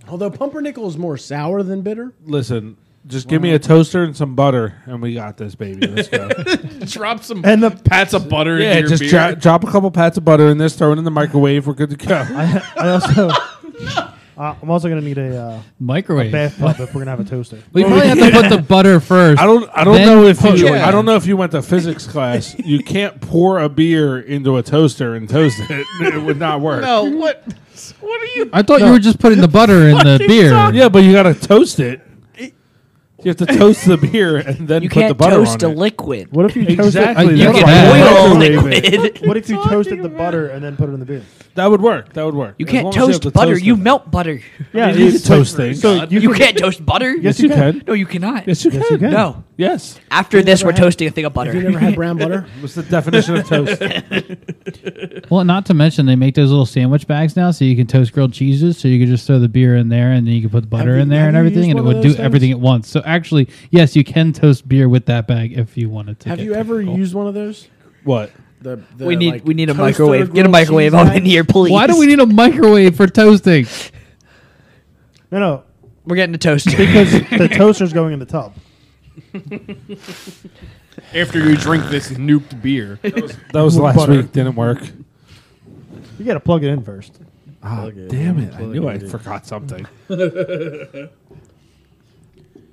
Speaker 1: Although pumpernickel is more sour than bitter.
Speaker 2: listen, just give me a toaster and some butter and we got this baby. Let's go.
Speaker 3: Drop some
Speaker 5: And the-
Speaker 3: pats of butter in
Speaker 2: yeah,
Speaker 3: your
Speaker 2: just
Speaker 3: beer.
Speaker 2: dro- drop a couple pats of butter in this, throw it in the microwave, we're good to go.
Speaker 5: I also, I- I'm also gonna need a uh,
Speaker 4: Microwave.
Speaker 5: bathtub if we're gonna have a toaster.
Speaker 4: we probably have to put the butter first.
Speaker 2: I don't I don't
Speaker 4: Then
Speaker 2: know if you
Speaker 3: Yeah.
Speaker 2: I don't know if you went to physics class. You can't pour a beer into a toaster and toast it. It would not work.
Speaker 3: No, what? What are you?
Speaker 4: I thought you were just putting the butter in the beer.
Speaker 2: Yeah, but you got to toast it. You have to toast the beer and then
Speaker 6: You
Speaker 2: put the
Speaker 6: can't
Speaker 2: butter
Speaker 6: toast a
Speaker 2: on it.
Speaker 6: liquid.
Speaker 5: What if you toast
Speaker 2: Exactly.
Speaker 5: it?
Speaker 4: You
Speaker 5: Hold
Speaker 4: can
Speaker 5: on.
Speaker 4: boil
Speaker 6: Oil
Speaker 2: microwave it.
Speaker 6: liquid.
Speaker 5: What if you toasted the butter and then put it in the beer?
Speaker 2: That would work. That would work.
Speaker 6: You
Speaker 2: As
Speaker 6: can't
Speaker 2: long as you have
Speaker 6: toast
Speaker 2: to
Speaker 6: butter.
Speaker 2: toast
Speaker 6: you
Speaker 2: it.
Speaker 6: melt butter.
Speaker 5: Yeah,
Speaker 2: you can toast things.
Speaker 5: So you,
Speaker 6: You
Speaker 5: could-
Speaker 6: can't toast butter.
Speaker 2: Yes,
Speaker 5: Yes,
Speaker 2: you can.
Speaker 6: No, you cannot.
Speaker 2: Yes, you can.
Speaker 5: you can.
Speaker 6: No.
Speaker 2: Yes.
Speaker 6: After this, we're
Speaker 1: had-
Speaker 6: toasting a thing of butter.
Speaker 1: Have you never had brown butter?
Speaker 2: What's the definition of toast?
Speaker 4: Well, not to mention they make those little sandwich bags now, so you can toast grilled cheeses. So you can just throw the beer in there, and then you can put the butter
Speaker 1: you-
Speaker 4: in there
Speaker 1: have
Speaker 4: and
Speaker 1: you
Speaker 4: everything,
Speaker 1: used
Speaker 4: and it
Speaker 1: one of
Speaker 4: would do
Speaker 1: those things?
Speaker 4: everything at once. So actually, yes, you can toast beer with that bag if you wanted to.
Speaker 1: Have
Speaker 4: get
Speaker 1: you ever
Speaker 4: technical.
Speaker 1: used one of those?
Speaker 2: what?
Speaker 1: The, the
Speaker 6: we need
Speaker 1: like,
Speaker 6: we need a
Speaker 1: toaster
Speaker 6: microwave. Get a
Speaker 1: grilled
Speaker 6: microwave
Speaker 1: cheese
Speaker 6: on
Speaker 1: bag?
Speaker 6: in here, please.
Speaker 4: Why do we need a microwave for toasting?
Speaker 5: no, no,
Speaker 6: We're getting a toaster.
Speaker 5: because the toaster's going in the tub.
Speaker 3: After you drink this nuked beer,
Speaker 2: That was
Speaker 5: With
Speaker 2: last
Speaker 5: butter.
Speaker 2: week. Didn't work.
Speaker 5: You got to plug it in first.
Speaker 2: Ah, damn it! I knew I forgot something.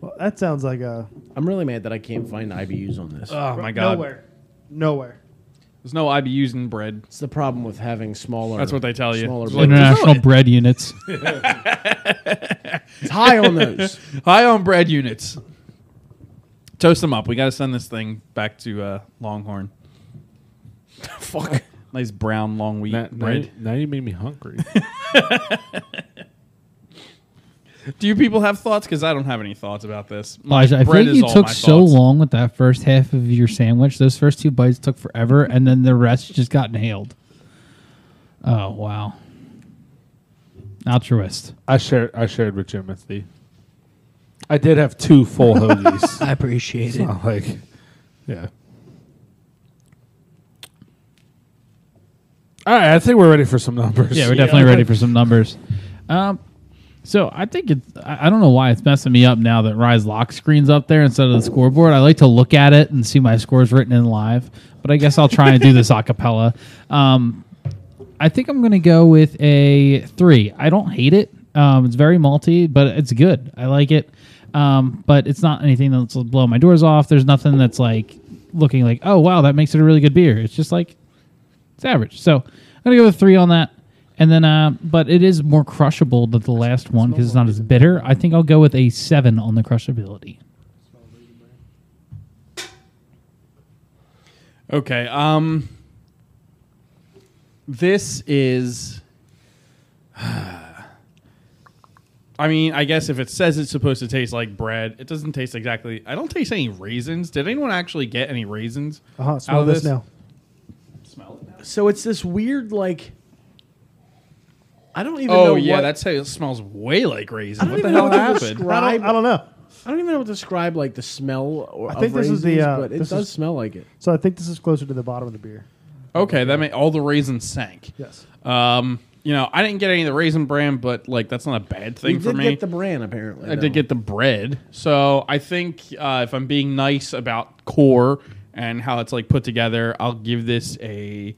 Speaker 5: Well, that sounds like uh, a
Speaker 1: I'm really mad that I can't find IBUs on this.
Speaker 3: oh my god,
Speaker 5: nowhere, nowhere.
Speaker 3: there's no IBUs in bread.
Speaker 1: it's the problem with having smaller.
Speaker 3: That's what they tell you.
Speaker 1: Smaller
Speaker 3: It's
Speaker 1: buildings.
Speaker 4: International bread units.
Speaker 1: It's high on those.
Speaker 3: High on bread units. Toast them up. We got to send this thing back to uh, Longhorn.
Speaker 1: Fuck.
Speaker 3: Nice brown long wheat
Speaker 2: Now, now,
Speaker 3: bread.
Speaker 2: now you made me hungry.
Speaker 3: Do you people have thoughts? Because I don't have any thoughts about this.
Speaker 4: Elijah, I
Speaker 3: bread
Speaker 4: think
Speaker 3: is
Speaker 4: you
Speaker 3: all
Speaker 4: took
Speaker 3: my
Speaker 4: so
Speaker 3: thoughts.
Speaker 4: long with that first half of your sandwich. Those first two bites took forever, and then the rest just got inhaled. Oh wow, altruist.
Speaker 2: I shared. I shared with Jim at the. I did have two full hoagies.
Speaker 6: I appreciate it.
Speaker 2: Not like, yeah. All right, I think we're ready for some numbers.
Speaker 4: Yeah, we're definitely ready for some numbers. Um, so I think it's, I I don't know why it's messing me up now that Rise lock screen's up there instead of the scoreboard. I like to look at it and see my scores written in live, but I guess I'll try and do this a cappella. Um, I think I'm going to go with a three. I don't hate it. Um, it's very malty, but it's good. I like it. Um, but it's not anything that's blow my doors off. There's nothing that's like looking like, oh, wow, that makes it a really good beer. It's just like, it's average. So I'm gonna go with three on that, and then uh, but it is more crushable than the last one because it's not as bitter. I think I'll go with a seven on the crushability.
Speaker 3: Okay. Um. This is. I mean, I guess if it says it's supposed to taste like bread, it doesn't taste exactly. I don't taste any raisins. Did anyone actually get any raisins?
Speaker 5: Uh huh. Smell
Speaker 3: of
Speaker 5: this now.
Speaker 3: Smell it now.
Speaker 1: So it's this weird like. I don't even know.
Speaker 3: Oh yeah,
Speaker 1: what,
Speaker 3: that's how it smells. Way like raisins.
Speaker 1: I don't
Speaker 3: what the
Speaker 1: even
Speaker 3: hell
Speaker 1: know what to
Speaker 3: happened?
Speaker 1: describe.
Speaker 5: I don't, I don't know.
Speaker 1: I don't even know what to describe like the smell. Or,
Speaker 5: I think
Speaker 1: of
Speaker 5: this is the,
Speaker 1: raisins,
Speaker 5: uh,
Speaker 1: but it
Speaker 5: this
Speaker 1: does
Speaker 5: is-
Speaker 1: smell like it.
Speaker 5: So I think this is closer to the bottom of the beer.
Speaker 3: Okay, that made all the raisins sank.
Speaker 5: Yes.
Speaker 3: Um, you know, I didn't get any of the raisin bran, but like that's not a bad thing
Speaker 1: You
Speaker 3: for
Speaker 1: did
Speaker 3: me.
Speaker 1: get the bran apparently.
Speaker 3: I
Speaker 1: though.
Speaker 3: did get the bread. So I think uh, if I'm being nice about core and how it's like put together. I'll give this a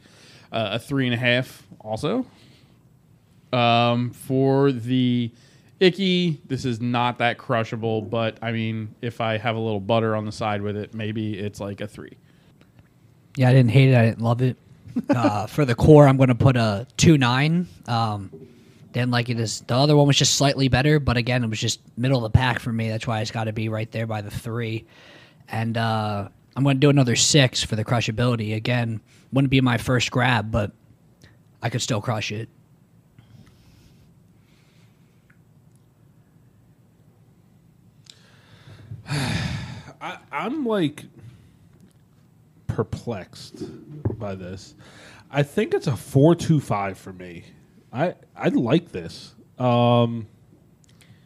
Speaker 3: uh, a three and a half also. Um, for the icky, this is not that crushable, but I mean, if I have a little butter on the side with it, maybe it's like a three.
Speaker 6: Yeah, I didn't hate it. I didn't love it. uh, for the core, I'm going to put a two nine. Um, didn't like it as the other one was just slightly better, but again, it was just middle of the pack for me. That's why it's got to be right there by the three. And uh, I'm going to do another six for the crushability. Again, wouldn't be my first grab, but I could still crush it.
Speaker 2: I, I'm like perplexed by this. I think it's a four two five for me. I I like this. Um,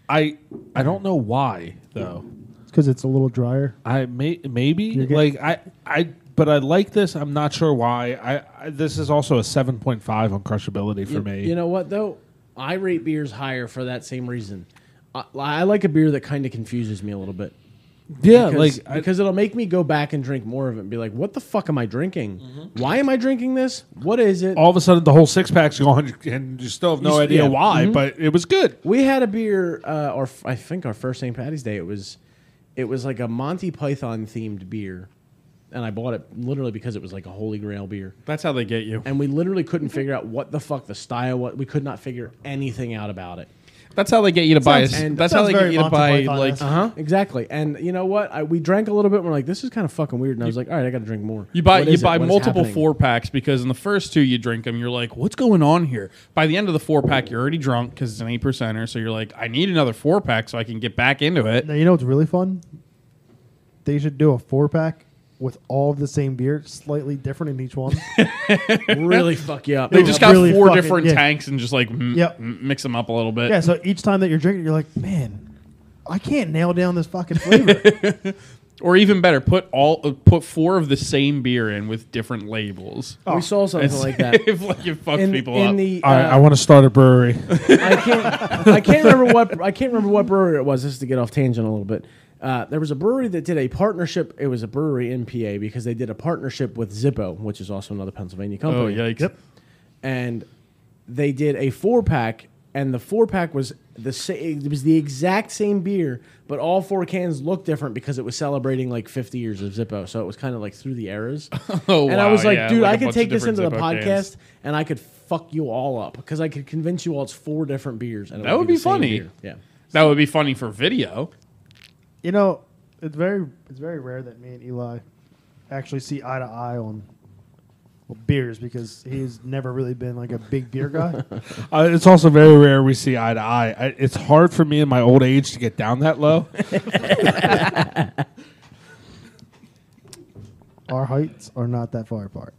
Speaker 2: I I don't know why though.
Speaker 5: It's because it's a little drier.
Speaker 2: I may maybe
Speaker 5: get-
Speaker 2: like I I but I like this. I'm not sure why. I, I this is also a seven point five on crushability for
Speaker 1: You-
Speaker 2: me.
Speaker 1: You know what though? I rate beers higher for that same reason. I, I like a beer that kind of confuses me a little bit.
Speaker 2: yeah,
Speaker 1: because,
Speaker 2: like I-
Speaker 1: because it'll make me go back and drink more of it and be like, what the fuck am I drinking? Why am I drinking this? What is it?
Speaker 2: Mm-hmm. all of a sudden the whole six pack's gone, and you Mm-hmm. still have no
Speaker 1: You s-
Speaker 2: idea
Speaker 1: yeah.
Speaker 2: why. But it was good.
Speaker 1: we had a beer, uh, or f- I think our first St. Patty's Day. It was, it was like a Monty Python themed beer, and I bought it literally because it was like a Holy Grail beer.
Speaker 3: That's how they get you.
Speaker 1: And we literally couldn't figure out what the fuck the style was. We could not figure anything out about it.
Speaker 3: That's how they get you to buy.
Speaker 1: Sounds-
Speaker 3: a-
Speaker 1: and-
Speaker 3: that's how
Speaker 5: sounds
Speaker 3: they get
Speaker 5: very
Speaker 3: you to
Speaker 5: Monty
Speaker 3: buy
Speaker 5: Python-esque.
Speaker 3: like
Speaker 5: Uh-huh.
Speaker 1: Uh huh. Exactly. And you know what? I, we drank a little bit. and We're like, this is kind of fucking weird. And I was like, all right, I got to drink more.
Speaker 3: You buy
Speaker 1: What
Speaker 3: you
Speaker 1: is it?
Speaker 3: buy
Speaker 1: What is
Speaker 3: multiple
Speaker 1: happening?
Speaker 3: four packs because in the first two you drink them, you're like, what's going on here? By the end of the four pack, you're already drunk because it's an eight percenter. So you're like, I need another four pack so I can get back into it.
Speaker 5: Now you know what's really fun? They should do a four pack with all of the same beer, slightly different in each one.
Speaker 1: really fuck you up.
Speaker 3: They
Speaker 5: Dude,
Speaker 3: just
Speaker 5: I
Speaker 3: got
Speaker 5: really
Speaker 3: four
Speaker 5: fucking-
Speaker 3: different
Speaker 5: yeah.
Speaker 3: tanks and just like m-
Speaker 5: Yep.
Speaker 3: m- mix them up a little bit.
Speaker 5: yeah, so each time that you're drinking, you're like, man, I can't nail down this fucking flavor.
Speaker 3: Or even better, put all uh, put four of the same beer in with different labels.
Speaker 1: we saw something Oh, like that.
Speaker 3: if like it fucks
Speaker 1: In,
Speaker 3: people
Speaker 1: in
Speaker 3: up.
Speaker 1: the
Speaker 2: All right,
Speaker 1: uh,
Speaker 2: I want to start a brewery.
Speaker 1: I can't. I can't remember what. I can't remember what brewery it was. This is to get off tangent a little bit. Uh, there was a brewery that did a partnership. It was a brewery in PA because they did a partnership with Zippo, which is also another Pennsylvania
Speaker 3: oh
Speaker 1: company.
Speaker 3: yikes!
Speaker 1: And they did a four pack, and the four pack was the sa- it was the exact same beer, but all four cans looked different because it was celebrating like 50 years of Zippo. So it was kind of like through the eras.
Speaker 3: Oh,
Speaker 1: and I
Speaker 3: wow,
Speaker 1: was like,
Speaker 3: yeah,
Speaker 1: dude,
Speaker 3: like a
Speaker 1: I could
Speaker 3: bunch
Speaker 1: take
Speaker 3: of
Speaker 1: this into
Speaker 3: different
Speaker 1: the
Speaker 3: Zippo
Speaker 1: podcast
Speaker 3: cans.
Speaker 1: and I could fuck you all up because I could convince you all it's four different beers. And it
Speaker 3: That would be
Speaker 1: the same
Speaker 3: funny.
Speaker 1: beer. Yeah.
Speaker 3: That would be funny for video.
Speaker 5: You know, it's very it's very rare that me and Eli actually see eye to eye on well, beers because he's never really been like a big beer guy.
Speaker 2: Uh, it's also very rare we see eye to eye. I, it's hard for me in my old age to get down that low.
Speaker 5: Our heights are not that far apart.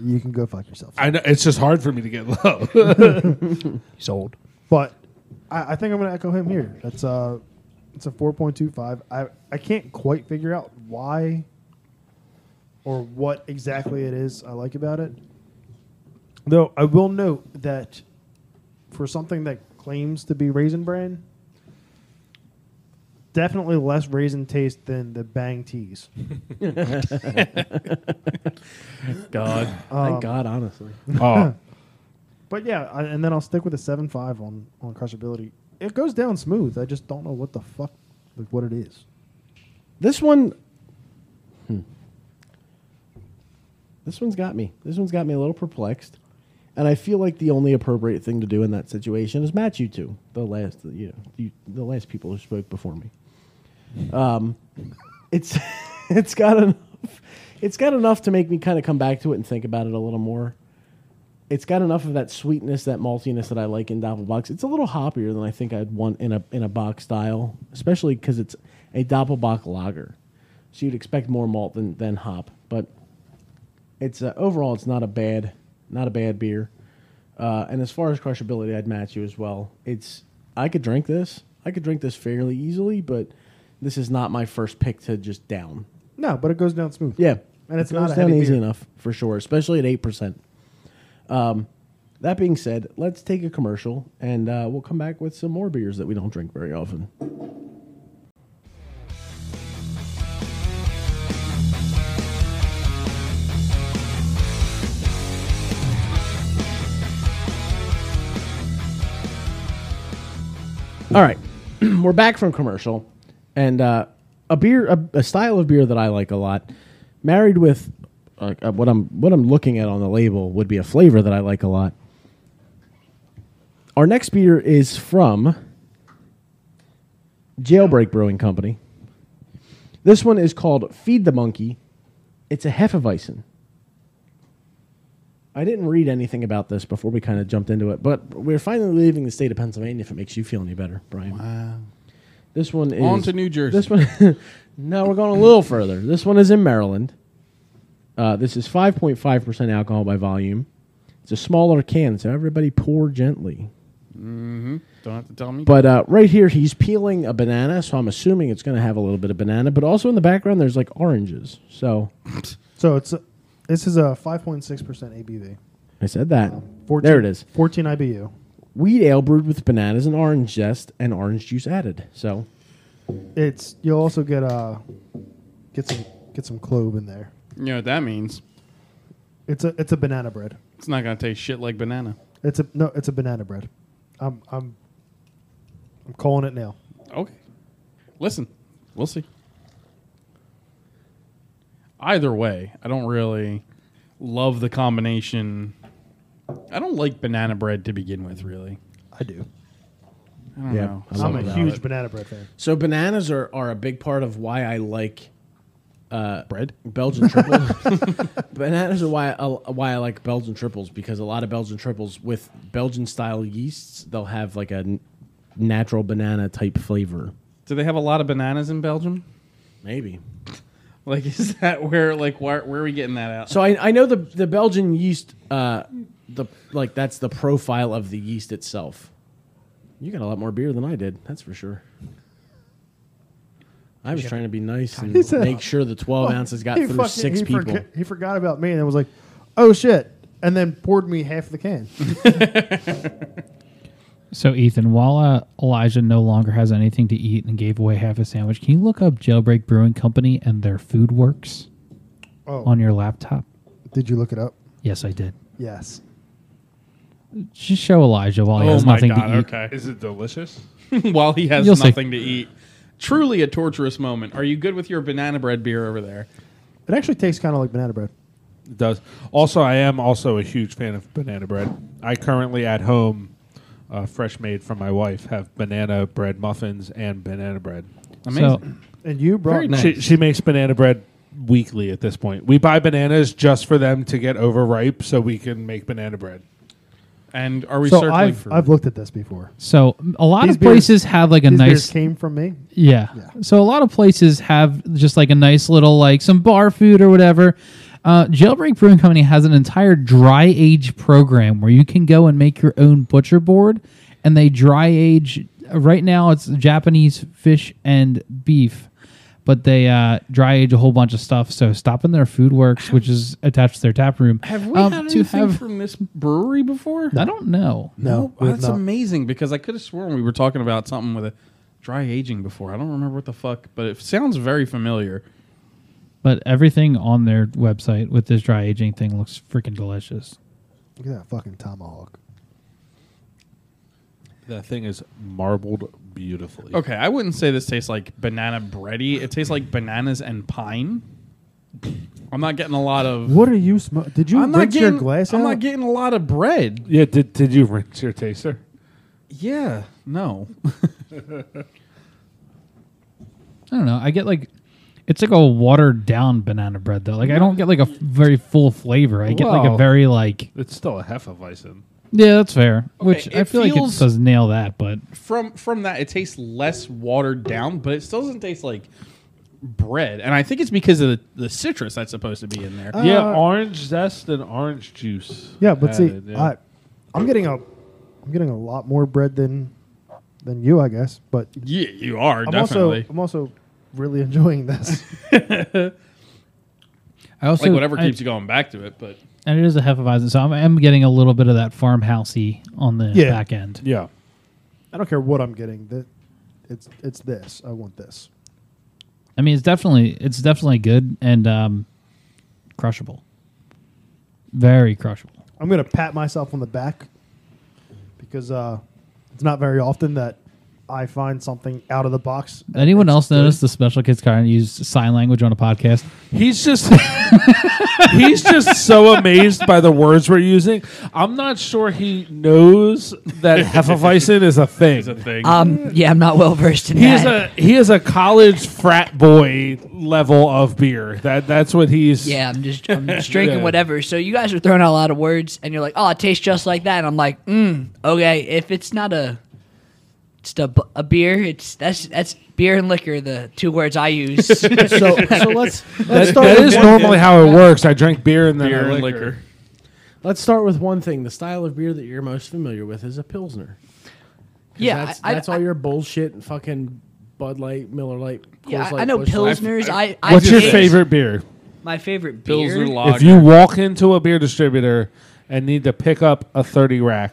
Speaker 5: You can go fuck yourself.
Speaker 2: I know it's just hard for me to get low.
Speaker 6: He's old.
Speaker 5: But I, I think I'm gonna echo him here. That's uh it's a four point two five. I I can't quite figure out why or what exactly it is I like about it. Though I will note that for something that claims to be raisin bran, definitely less raisin taste than the bang teas.
Speaker 3: God,
Speaker 1: Thank God, honestly.
Speaker 2: oh,
Speaker 5: But yeah, I, and then I'll stick with a seven five on on crushability. It goes down smooth. I just don't know what the fuck like what it is.
Speaker 1: This one. hmm. This one's got me. This one's got me a little perplexed. And I feel like the only appropriate thing to do in that situation is match you two, the last, you know, you, the last people who spoke before me. Um, it's it's got enough. It's got enough to make me kind of come back to it and think about it a little more. It's got enough of that sweetness, that maltiness that I like in Doppelbox. It's a little hoppier than I think I'd want in a in a box style, especially because it's a Doppelbock lager. So you'd expect more malt than than hop, but it's uh, overall it's not a bad not a bad beer. Uh, and as far as crushability, I'd match you as well. It's I could drink this. I could drink this fairly easily, but this is not my first pick to just down.
Speaker 5: No, but it goes down smooth.
Speaker 1: Yeah,
Speaker 5: And it's
Speaker 1: It
Speaker 5: not
Speaker 1: goes
Speaker 5: a
Speaker 1: down
Speaker 5: heavy
Speaker 1: easy
Speaker 5: beer.
Speaker 1: enough for sure, especially at eight percent. Um, that being said, let's take a commercial, and uh, we'll come back with some more beers that we don't drink very often. All right, we're back from commercial, and uh, a beer, a, a style of beer that I like a lot, married with uh, uh, what I'm what I'm looking at on the label would be a flavor that I like a lot. Our next beer is from Jailbreak Brewing Company. This one is called Feed the Monkey. It's a Hefeweizen. I didn't read anything about this before we kind of jumped into it, but we're finally leaving the state of Pennsylvania. If it makes you feel any better, Brian. Wow. This one is
Speaker 3: On to New Jersey.
Speaker 1: This one. no, we're going a little further. This one is in Maryland. Uh, this is 5.5% alcohol by volume. It's a smaller can, so everybody pour gently.
Speaker 3: Don't have to tell me.
Speaker 1: But uh, right here, he's peeling a banana, so I'm assuming it's going to have a little bit of banana. But also in the background, there's like oranges. So
Speaker 5: So it's a, this is a 5.6% ABV.
Speaker 1: I said that. there it is.
Speaker 5: 14 IBU.
Speaker 1: Wheat ale brewed with bananas and orange zest and orange juice added. So
Speaker 5: It's you'll also get uh get some get some clove in there.
Speaker 3: you know what that means?
Speaker 5: It's a it's a banana bread.
Speaker 3: It's not gonna taste shit like banana.
Speaker 5: It's a no, it's a banana bread. I'm I'm I'm calling it now.
Speaker 3: Okay. Listen, we'll see. Either way, I don't really love the combination. I don't like banana bread to begin with, really.
Speaker 5: I do.
Speaker 3: I don't
Speaker 1: Yeah,
Speaker 3: know.
Speaker 1: I
Speaker 5: I'm
Speaker 1: love
Speaker 5: a
Speaker 1: that.
Speaker 5: huge banana bread fan.
Speaker 1: so bananas are, are a big part of why I like uh, bread Belgian triple. bananas are why I, why I like Belgian triples because a lot of Belgian triples with Belgian style yeasts they'll have like a n- natural banana type flavor.
Speaker 3: Do they have a lot of bananas in Belgium?
Speaker 1: Maybe
Speaker 3: Like, is that where? Like, where, where are we getting that out?
Speaker 1: So I, I know the the Belgian yeast, uh, the like that's the profile of the yeast itself. You got a lot more beer than I did, that's for sure. I was trying to be nice and
Speaker 5: said-
Speaker 1: make sure the twelve ounces got
Speaker 5: He
Speaker 1: through
Speaker 5: fucking-
Speaker 1: six
Speaker 5: he
Speaker 1: people.
Speaker 5: forgot- he forgot about me and was like, "Oh shit." And then poured me half the can.
Speaker 4: So, Ethan, while uh, Elijah no longer has anything to eat and gave away half a sandwich, can you look up Jailbreak Brewing Company and their food works
Speaker 5: Oh,
Speaker 4: on your laptop?
Speaker 5: did you look it up?
Speaker 4: Yes, I did.
Speaker 5: Yes.
Speaker 4: Just show Elijah while he
Speaker 3: oh
Speaker 4: has
Speaker 3: my
Speaker 4: nothing
Speaker 3: god!
Speaker 4: to eat.
Speaker 3: Okay.
Speaker 2: Is it delicious?
Speaker 3: While he has
Speaker 4: You'll see.
Speaker 3: nothing to eat, truly a torturous moment. Are you good with your banana bread beer over there?
Speaker 5: It actually tastes kind of like banana bread.
Speaker 2: It does. Also, I am also a huge fan of banana bread. I currently at home, uh, fresh made from my wife, have banana bread muffins and banana bread.
Speaker 4: So,
Speaker 3: Amazing.
Speaker 5: And you brought
Speaker 3: Very nice.
Speaker 2: She, she makes banana bread weekly at this point. We buy bananas just for them to get overripe so we can make banana bread.
Speaker 3: and are we
Speaker 5: So
Speaker 3: circling
Speaker 5: I've,
Speaker 3: for?
Speaker 5: I've looked at this before.
Speaker 4: so a lot
Speaker 5: These
Speaker 4: of
Speaker 5: beers-
Speaker 4: places have like a
Speaker 5: These beers
Speaker 4: nice
Speaker 5: came from me.
Speaker 4: Yeah. So a lot of places have just like a nice little like some bar food or whatever. Uh, Jailbreak Brewing Company has an entire dry age program where you can go and make your own butcher board, and they dry age. Right now, it's Japanese fish and beef, but they uh, dry age a whole bunch of stuff. So stop in their food works, which is attached to their tap room.
Speaker 3: Have we
Speaker 4: um,
Speaker 3: had
Speaker 4: to
Speaker 3: anything
Speaker 4: have?
Speaker 3: from this brewery before?
Speaker 4: I don't know.
Speaker 5: No,
Speaker 3: Oh,
Speaker 5: we have
Speaker 3: that's
Speaker 5: not.
Speaker 3: amazing because I could have sworn we were talking about something with a dry aging before. I don't remember what the fuck, but it sounds very familiar.
Speaker 4: But everything on their website with this dry aging thing looks freaking delicious.
Speaker 5: Look at that fucking tomahawk.
Speaker 2: That thing is marbled beautifully.
Speaker 3: Okay, I wouldn't say this tastes like banana bready. It tastes like bananas and pine. I'm not getting a lot of.
Speaker 5: What are you smoking? Did you
Speaker 3: I'm not
Speaker 5: rinse
Speaker 3: getting.
Speaker 5: your glass
Speaker 3: I'm
Speaker 5: out?
Speaker 3: not getting a lot of bread.
Speaker 2: Yeah, did, did you rinse your taster?
Speaker 3: Yeah. No.
Speaker 4: I don't know. I get like it's like a watered down banana bread though. Like I don't get like a f- very full flavor. I get like a
Speaker 2: Well-
Speaker 4: very like
Speaker 2: It's still a Hefeweizen.
Speaker 4: yeah, that's fair. Which
Speaker 3: Okay,
Speaker 4: I
Speaker 3: it
Speaker 4: feel like
Speaker 3: feels-
Speaker 4: it does nail that, but
Speaker 3: from from that it tastes less watered down but it still doesn't taste like bread and i think it's because of the, the citrus that's supposed to be in there
Speaker 5: Uh,
Speaker 2: yeah, orange zest and orange juice.
Speaker 5: Yeah, but
Speaker 2: added, Uh,
Speaker 5: see,
Speaker 2: yeah.
Speaker 5: I, I'm getting a, I'm getting a lot more bread than, than you, I guess. But
Speaker 3: yeah you are
Speaker 5: I'm
Speaker 3: definitely
Speaker 5: also, I'm also really enjoying this.
Speaker 4: I also
Speaker 3: like whatever
Speaker 4: I-
Speaker 3: keeps you going back to it but
Speaker 4: And it is a hefeweizen, so I'm, I'm getting a little bit of that farmhousey on the
Speaker 5: Yeah.
Speaker 4: back end.
Speaker 2: Yeah.
Speaker 5: I don't care what I'm getting. That, it's it's this. I want this.
Speaker 4: I mean, it's definitely it's definitely good and um, crushable, very crushable.
Speaker 5: I'm gonna pat myself on the back because uh, it's not very often that I find something out of the box.
Speaker 4: Anyone else notice the special kids kind of used sign language on a podcast?
Speaker 2: He's just he's just so amazed by the words we're using. I'm not sure he knows that Hefeweizen is a thing.
Speaker 3: It's a thing.
Speaker 6: Um, yeah, I'm not well versed in
Speaker 2: He is
Speaker 6: that.
Speaker 2: a he is a college frat boy level of beer. That that's what he's
Speaker 6: yeah, I'm just I'm just drinking
Speaker 2: Yeah.
Speaker 6: whatever. So you guys are throwing out a lot of words, and you're like, "Oh, it tastes just like that." And I'm like, mm, "Okay, if it's not a, it's a, b- a beer. It's that's that's beer and liquor. The two words I use.
Speaker 1: so, so let's let's
Speaker 2: That,
Speaker 1: start
Speaker 2: that
Speaker 1: with
Speaker 2: is
Speaker 1: one-
Speaker 2: normally how it works. I drink beer and then
Speaker 3: beer
Speaker 2: I
Speaker 3: and
Speaker 2: liquor.
Speaker 3: liquor.
Speaker 1: let's start with one thing. The style of beer that you're most familiar with is a pilsner. 'Cause
Speaker 6: yeah,
Speaker 1: that's,
Speaker 6: I,
Speaker 1: that's
Speaker 6: I,
Speaker 1: all your bullshit and fucking Bud Light, Miller Light.
Speaker 6: yeah,
Speaker 1: Coors
Speaker 6: I-
Speaker 1: Light,
Speaker 6: I know
Speaker 1: Busch Light.
Speaker 6: pilsners. I, I
Speaker 2: What's your
Speaker 6: hate-
Speaker 2: favorite beer?
Speaker 6: My favorite beer.
Speaker 3: Pilsner
Speaker 2: If
Speaker 3: lager.
Speaker 2: you walk into a beer distributor and need to pick up a 30 rack,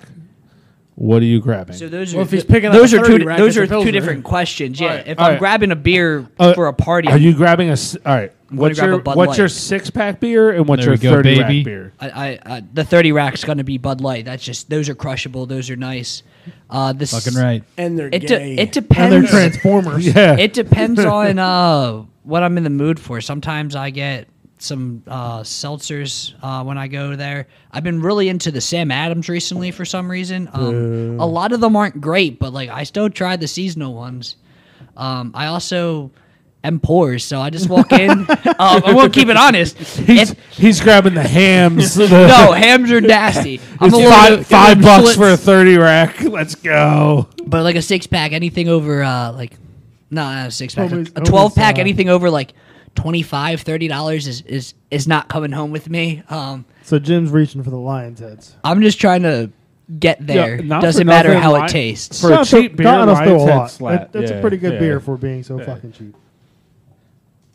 Speaker 2: what are you grabbing?
Speaker 6: So those
Speaker 1: Well,
Speaker 6: are
Speaker 1: if he's
Speaker 6: the-
Speaker 1: picking up
Speaker 6: those
Speaker 1: a
Speaker 6: are
Speaker 1: 30
Speaker 6: two
Speaker 1: rack, it's
Speaker 6: those
Speaker 1: a
Speaker 6: are two
Speaker 1: Pilsner.
Speaker 6: different questions. Yeah,
Speaker 2: Alright,
Speaker 6: if
Speaker 2: alright.
Speaker 6: I'm grabbing a beer
Speaker 2: Uh,
Speaker 6: for a party,
Speaker 2: Are you grabbing a? s- All right. What's
Speaker 6: grab
Speaker 2: your
Speaker 6: a Bud
Speaker 2: what's
Speaker 6: Light.
Speaker 2: your six pack beer and what's
Speaker 4: There
Speaker 2: your
Speaker 4: we go,
Speaker 2: thirty
Speaker 4: baby.
Speaker 2: rack beer?
Speaker 6: I, I, I the thirty rack's gonna be Bud Light. That's just those are crushable. Those are nice. Uh, this
Speaker 4: Fucking right.
Speaker 1: And they're
Speaker 6: It,
Speaker 1: gay.
Speaker 6: de- it
Speaker 5: And they're
Speaker 6: depends.
Speaker 5: Transformers.
Speaker 2: Yeah.
Speaker 6: it depends on uh, what I'm in the mood for. Sometimes I get some uh, seltzers uh, when I go there. I've been really into the Sam Adams recently for some reason. Um, a lot of them aren't great, but like I still try the seasonal ones. Um, I also am poor, so I just walk in. um, I will keep it honest.
Speaker 2: He's
Speaker 6: If-
Speaker 2: he's grabbing the hams. the,
Speaker 6: no, hams are nasty. I'm
Speaker 2: it's
Speaker 6: a little-
Speaker 2: five, five bucks
Speaker 6: Schlitz.
Speaker 2: for a thirty rack. Let's go.
Speaker 6: But like a six pack, anything over uh like no, not a six pack.
Speaker 5: Always-
Speaker 6: a twelve pack,
Speaker 5: always, uh,
Speaker 6: anything over like 25 30 dollars is is is not coming home with me. Um
Speaker 5: So Jim's reaching for the lion's heads.
Speaker 6: I'm just trying to get there.
Speaker 2: not for
Speaker 6: Doesn't matter
Speaker 2: nothing,
Speaker 6: how
Speaker 2: li-
Speaker 6: it tastes.
Speaker 2: For a
Speaker 5: Not so-
Speaker 2: cheap beer,
Speaker 5: not us
Speaker 2: Lion's
Speaker 5: though a
Speaker 2: Head
Speaker 5: lot.
Speaker 2: slap.
Speaker 5: That- that's
Speaker 2: Yeah,
Speaker 5: a pretty good
Speaker 2: yeah.
Speaker 5: beer for being so fucking cheap.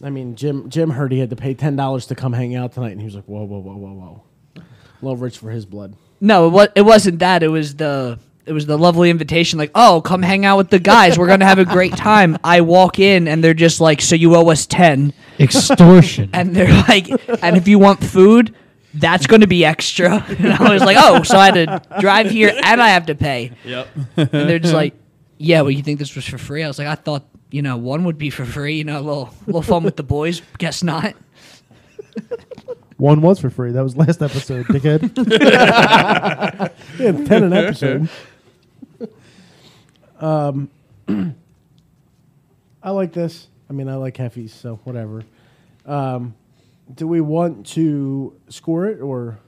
Speaker 1: I mean, Jim Jim heard he had to pay ten dollars to come hang out tonight, and he was like, "Whoa, whoa, whoa, whoa, whoa." Love rich for his blood.
Speaker 6: No, it, was, it wasn't that. It was the it was the lovely invitation like, "Oh, come hang out with the guys. We're going to have a great time." I walk in and they're just like, "So you owe us 10."
Speaker 4: Extortion.
Speaker 6: and they're like, and if you want food, that's going to be extra. And I was like, oh, so I had to drive here and I have to pay.
Speaker 3: Yep.
Speaker 6: And they're just like, yeah, well, you think this was for free? I was like, I thought, you know, one would be for free, you know, a little, little fun with the boys. Guess not.
Speaker 5: One was for free. That was last episode, dickhead.
Speaker 1: Yeah, ten an episode. um, I like this. I mean, I like heffies, so whatever. Um, do we want to score it or?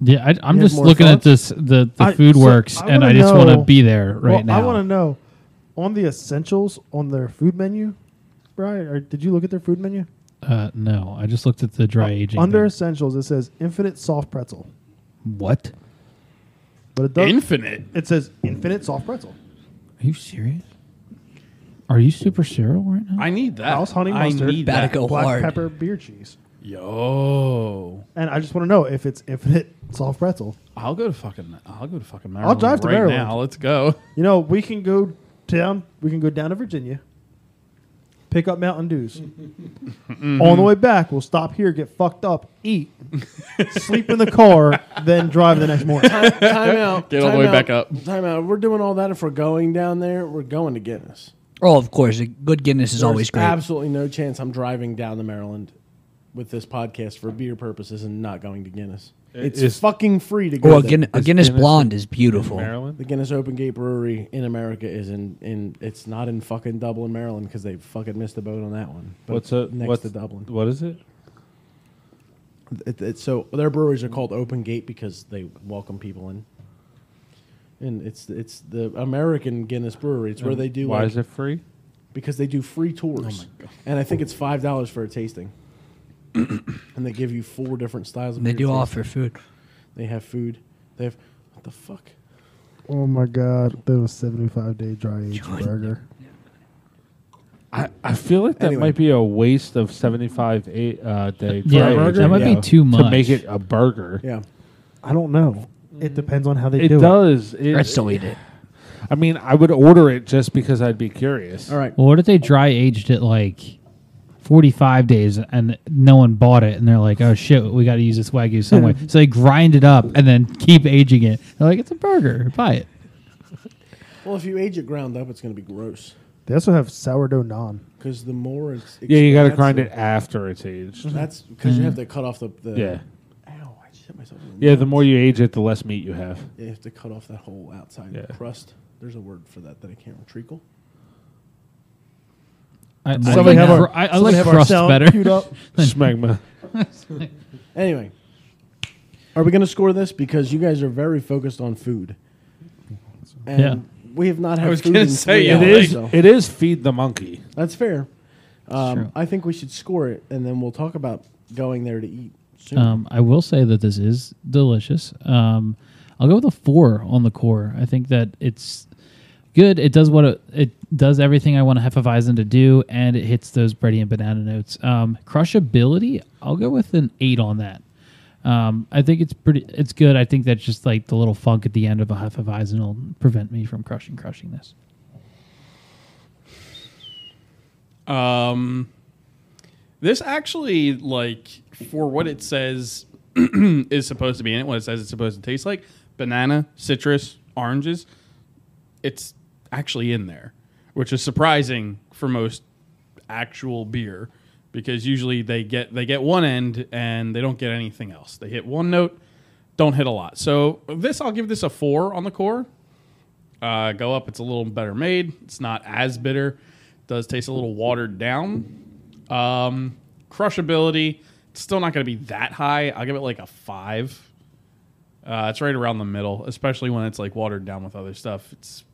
Speaker 4: yeah, I, I'm
Speaker 1: You have
Speaker 4: just
Speaker 1: more
Speaker 4: looking at
Speaker 1: thoughts?
Speaker 4: this the, the
Speaker 5: I-
Speaker 4: food
Speaker 5: so
Speaker 4: works,
Speaker 5: I
Speaker 4: and
Speaker 5: wanna
Speaker 4: I just want to
Speaker 5: know-
Speaker 4: be there right
Speaker 5: well,
Speaker 4: now.
Speaker 5: I want to know on the essentials on their food menu, Brian. Or did you look at their food menu?
Speaker 4: Uh, no, I just looked at the dry aging.
Speaker 5: Uh, Under
Speaker 4: thing.
Speaker 5: essentials, it says infinite soft pretzel,
Speaker 4: what?
Speaker 5: but it does.
Speaker 3: Infinite.
Speaker 5: it says infinite soft pretzel.
Speaker 4: Are you serious? Are you super cereal right now?
Speaker 3: I need that.
Speaker 5: House honey
Speaker 3: I
Speaker 5: mustard.
Speaker 3: need
Speaker 6: Better
Speaker 3: that.
Speaker 6: go.
Speaker 5: Black
Speaker 6: hard.
Speaker 5: pepper beer cheese,
Speaker 3: Yo.
Speaker 5: and I just want to know if it's infinite soft pretzel.
Speaker 3: I'll go to fucking. I'll go to fucking Maryland.
Speaker 5: drive to
Speaker 3: right
Speaker 5: Maryland.
Speaker 3: now. Let's go.
Speaker 5: You know, we can go down. We can go down to Virginia, pick up Mountain Dews. On the way back, we'll stop here, get fucked up, eat, sleep in the car, then drive the next morning.
Speaker 1: Time out.
Speaker 3: Get all the
Speaker 1: time
Speaker 3: way
Speaker 1: out,
Speaker 3: back up.
Speaker 1: Time out. We're doing all that. If we're going down there, we're going to Guinness.
Speaker 6: Oh, of course. A good Guinness is always
Speaker 1: There's
Speaker 6: great.
Speaker 1: Absolutely no chance I'm driving down to Maryland with this podcast for beer purposes and not going to Guinness. It's
Speaker 2: is-
Speaker 1: fucking free to go.
Speaker 6: or a,
Speaker 1: there.
Speaker 6: Guin- a Guinness
Speaker 2: Guinness
Speaker 6: Blonde is beautiful.
Speaker 2: Maryland.
Speaker 1: The Guinness Open Gate Brewery in America is in, in it's not in fucking Dublin, Maryland, because they fucking missed the boat on that one. But
Speaker 2: What's
Speaker 1: it's
Speaker 2: it?
Speaker 1: next
Speaker 2: what's
Speaker 1: to Dublin?
Speaker 2: What is it?
Speaker 1: It, it's so their breweries are called Open Gate because they welcome people in. And it's it's the American Guinness Brewery. It's where they do
Speaker 2: Why
Speaker 1: like,
Speaker 2: is it free?
Speaker 1: because they do free
Speaker 2: Oh
Speaker 1: tours. And I think it's five dollars for a tasting. and they give you four different styles of
Speaker 6: They
Speaker 1: beer
Speaker 6: do
Speaker 1: tasting.
Speaker 6: offer food.
Speaker 1: They have food. They have what the fuck?
Speaker 5: Oh my god, that was seventy-five day dry aged burger.
Speaker 2: I, I feel like that
Speaker 1: Anyway.
Speaker 2: might be a waste of seventy five eight uh, day.
Speaker 4: Yeah,
Speaker 2: dry
Speaker 1: burger?
Speaker 2: aging
Speaker 4: that might
Speaker 1: Yeah.
Speaker 4: be too much.
Speaker 2: to make it a burger.
Speaker 1: Yeah.
Speaker 5: I don't know. It depends on how they
Speaker 2: It
Speaker 5: do it.
Speaker 2: does. It,
Speaker 6: I'd still eat it.
Speaker 2: I mean, I would order it just because I'd be curious.
Speaker 1: All right.
Speaker 4: Well, what if they dry aged it like 45 days and no one bought it and they're like, oh shit, we got to use this Wagyu somewhere. so they grind it up and then keep aging it. They're like, it's a burger. Buy it.
Speaker 1: Well, if you age it ground up, it's going to be gross
Speaker 5: They also have sourdough naan.
Speaker 1: because the more it's
Speaker 2: Yeah, you got to
Speaker 1: expensive-
Speaker 2: grind it after it's aged.
Speaker 1: That's because you have to cut off the, the
Speaker 2: Yeah.
Speaker 1: Ow! I just hit myself. in
Speaker 2: Yeah,
Speaker 1: mouth.
Speaker 2: the more you age it, the less meat you have.
Speaker 1: You have to cut off that whole outside
Speaker 2: Yeah.
Speaker 1: crust. There's a word for that that I can't remember. Treacle.
Speaker 4: I, I like,
Speaker 5: Somebody have
Speaker 4: cr-
Speaker 5: our-
Speaker 4: I, I
Speaker 5: somebody
Speaker 4: like
Speaker 5: have our
Speaker 4: crust
Speaker 5: sound queued
Speaker 4: better.
Speaker 5: up.
Speaker 2: Smegma.
Speaker 1: Anyway, are we going to score this because you guys are very focused on food? And
Speaker 4: Yeah.
Speaker 1: we have not had
Speaker 3: was
Speaker 1: food
Speaker 3: gonna
Speaker 1: in
Speaker 3: say,
Speaker 1: three
Speaker 3: yeah,
Speaker 2: It
Speaker 1: hours,
Speaker 2: is.
Speaker 1: so
Speaker 2: It is feed the monkey.
Speaker 1: that's fair. Um,
Speaker 4: true.
Speaker 1: I think we should score it, and then we'll talk about going there to eat.
Speaker 3: Mm.
Speaker 1: Soon.
Speaker 4: Um, I will say that this is delicious. Um, I'll go with a four on the core. I think that it's good. It does what it, it does everything I want a Hefeweizen to do, and it hits those bready and banana notes. Um, crushability, I'll go with an eight on that. Um, I think it's pretty. It's good. I think that's just like the little funk at the end of a Hefeweizen will prevent me from crushing crushing this.
Speaker 3: Um, this actually, like, for what it says is supposed to be in it, what it says it's supposed to taste like banana, citrus, oranges, it's actually in there, which is surprising for most actual beer because usually they get they get one end and they don't get anything else. They hit one note, don't hit a lot. So this, I'll give this a four on the core. uh, go up. It's a little better made. It's not as bitter. Does taste a little watered down. Um, crushability. It's still not going to be that high. I'll give it like a five. Uh, it's right around the middle, especially when it's like watered down with other stuff. It's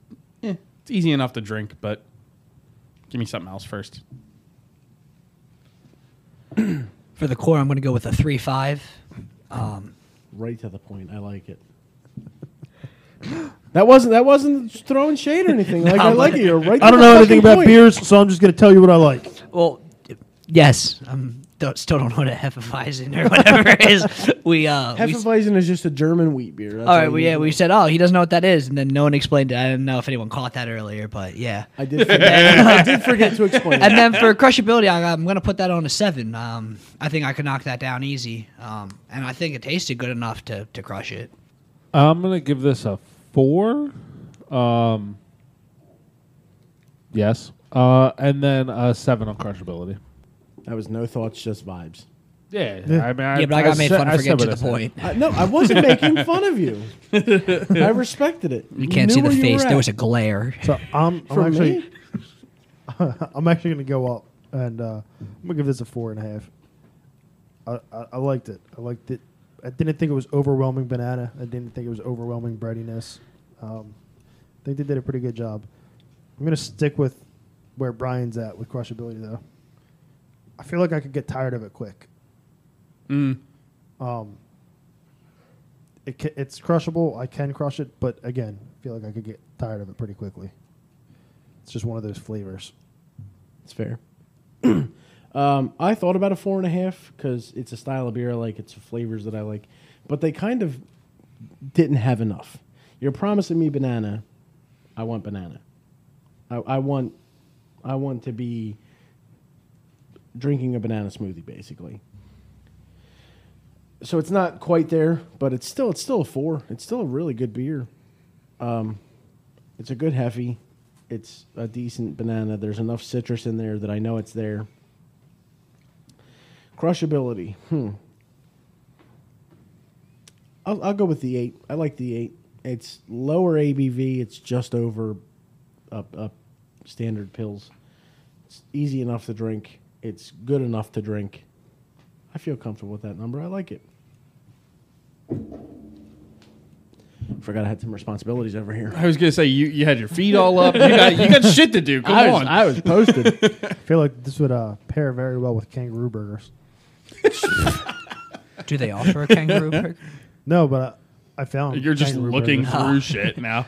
Speaker 3: eh, it's easy enough to drink, but give me something else first.
Speaker 6: For the core, I'm going to go with a three five. Um,
Speaker 1: right to the point. I like it. that wasn't that wasn't throwing shade or anything. Like I like it. You're right. to
Speaker 5: I don't
Speaker 1: the
Speaker 5: know anything
Speaker 1: fucking
Speaker 5: about
Speaker 1: point.
Speaker 5: beers, so I'm just going to tell you what I like.
Speaker 6: well, yes, I'm don't, still don't know what a Hefeweizen or whatever it is. We uh, we, s-
Speaker 1: Hefeweizen is just a German wheat beer. That's
Speaker 6: all right,
Speaker 1: you
Speaker 6: we,
Speaker 1: need
Speaker 6: yeah,
Speaker 1: to
Speaker 6: we
Speaker 1: know.
Speaker 6: said, oh, he doesn't know what that is, and then no one explained it. I don't know if anyone caught that earlier, but yeah.
Speaker 1: I did. Forget, I did forget to explain.
Speaker 6: and
Speaker 1: it.
Speaker 6: then for crushability, I, I'm going to put that on a seven. Um, I think I could knock that down easy. Um, and I think it tasted good enough to, to crush it.
Speaker 2: I'm gonna give this a four. Um, yes, uh, and then a seven on crushability.
Speaker 1: That was no thoughts, just vibes.
Speaker 2: Yeah, I mean,
Speaker 6: yeah, but I got made fun for getting to the point.
Speaker 1: I, no, I wasn't making fun of you. I respected it.
Speaker 6: You can't
Speaker 1: knew
Speaker 6: see the
Speaker 1: where you
Speaker 6: face.
Speaker 1: were
Speaker 6: There
Speaker 1: at.
Speaker 6: was a glare.
Speaker 5: So I'm, I'm
Speaker 1: For
Speaker 5: actually
Speaker 1: me?
Speaker 5: I'm actually going to go up, and uh, I'm going to give this a four and a half. I, I, I liked it. I liked it. I didn't think it was overwhelming banana. I didn't think it was overwhelming breadiness. Um, I think they did a pretty good job. I'm going to stick with where Brian's at with crushability, though. I feel like I could get tired of it quick.
Speaker 3: Mm.
Speaker 5: Um, it ca- it's crushable. I can crush it, but again, I feel like I could get tired of it pretty quickly. It's just one of those flavors.
Speaker 1: It's fair. um, I thought about a four and a half because it's a style of beer I like. It's flavors that I like, but they kind of didn't have enough. You're promising me banana. I want banana. I, I want, I want to be drinking a banana smoothie basically. So it's not quite there, but it's still it's still a four. It's still a really good beer. It's a good hefe. It's a decent banana. There's enough citrus in there that I know it's there. Crushability. Hmm. I'll, I'll go with the eight. I like the eight. It's lower ABV. It's just over up up standard pills. It's easy enough to drink. It's good enough to drink. I feel comfortable with that number. I like it. Forgot I had some responsibilities over here.
Speaker 3: I was gonna say you, you had your feet all up. You got you got shit to do. Come
Speaker 1: I was,
Speaker 3: on.
Speaker 1: I was posted.
Speaker 5: I feel like this would uh, pair very well with kangaroo burgers.
Speaker 6: Do they offer a kangaroo burger?
Speaker 5: No, but uh, I, I found
Speaker 3: You're just
Speaker 5: kangaroo
Speaker 3: looking
Speaker 5: burgers.
Speaker 3: through shit now.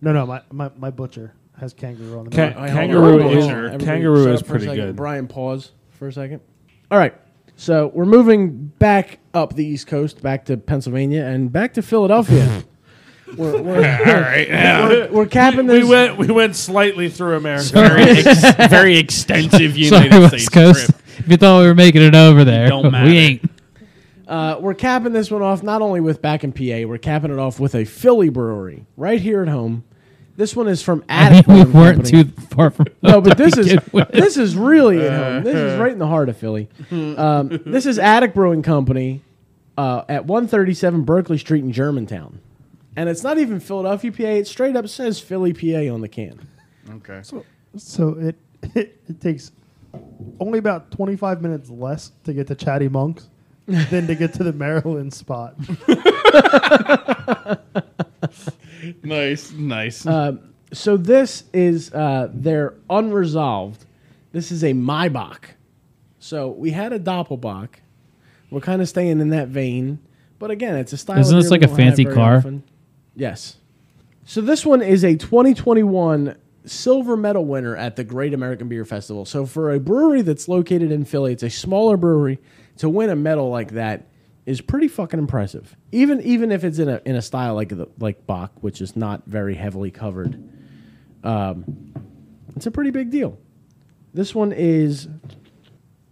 Speaker 5: No, no, my, my, my butcher has kangaroo on the
Speaker 2: Can-
Speaker 5: menu.
Speaker 1: All right, hold on,
Speaker 2: kangaroo
Speaker 1: hold on,
Speaker 2: is
Speaker 1: hold on. Everybody
Speaker 2: kangaroo
Speaker 1: shut
Speaker 2: is
Speaker 1: up for a
Speaker 2: pretty
Speaker 1: second.
Speaker 2: good.
Speaker 1: Brian, pause for a second. All right. So we're moving back up the East Coast, back to Pennsylvania, and back to Philadelphia. we're, we're,
Speaker 2: All right, yeah.
Speaker 1: we're, we're capping
Speaker 2: we
Speaker 1: this.
Speaker 2: went we went slightly through America.
Speaker 3: Very ex- very extensive
Speaker 4: Sorry,
Speaker 3: United States
Speaker 4: West
Speaker 3: trip.
Speaker 4: Coast. If you thought we were making it over there,
Speaker 3: Don't matter.
Speaker 4: we ain't.
Speaker 1: Uh, we're capping this one off not only with back in PA, we're capping it off with a Philly brewery right here at home. This one is from
Speaker 4: I
Speaker 1: Adam.
Speaker 4: think we
Speaker 1: Brewing
Speaker 4: weren't
Speaker 1: Company.
Speaker 4: too far from.
Speaker 1: No, but this is
Speaker 4: begin with.
Speaker 1: this is really at home. This is right in the heart of Philly. Um, this is Attic Brewing Company uh, at 137 Berkeley Street in Germantown, and it's not even Philadelphia, PA. It straight up says Philly, PA on the can.
Speaker 3: Okay.
Speaker 5: So it, it it takes only about 25 minutes less to get to Chatty Monks than to get to the Maryland spot.
Speaker 3: Nice, nice.
Speaker 1: So this is uh, their unresolved. This is a Maybach. So we had a Doppelbach. We're kind of staying in that vein, but again, it's a style.
Speaker 4: Isn't
Speaker 1: of
Speaker 4: this
Speaker 1: beer we
Speaker 4: like a
Speaker 1: don't have
Speaker 4: fancy
Speaker 1: very
Speaker 4: car?
Speaker 1: often. Yes. So this one is a 2021 silver medal winner at the Great American Beer Festival. So for a brewery that's located in Philly, it's a smaller brewery to win a medal like that is pretty fucking impressive. Even even if it's in a in a style like the like Bach, which is not very heavily covered. Um, it's a pretty big deal. This one is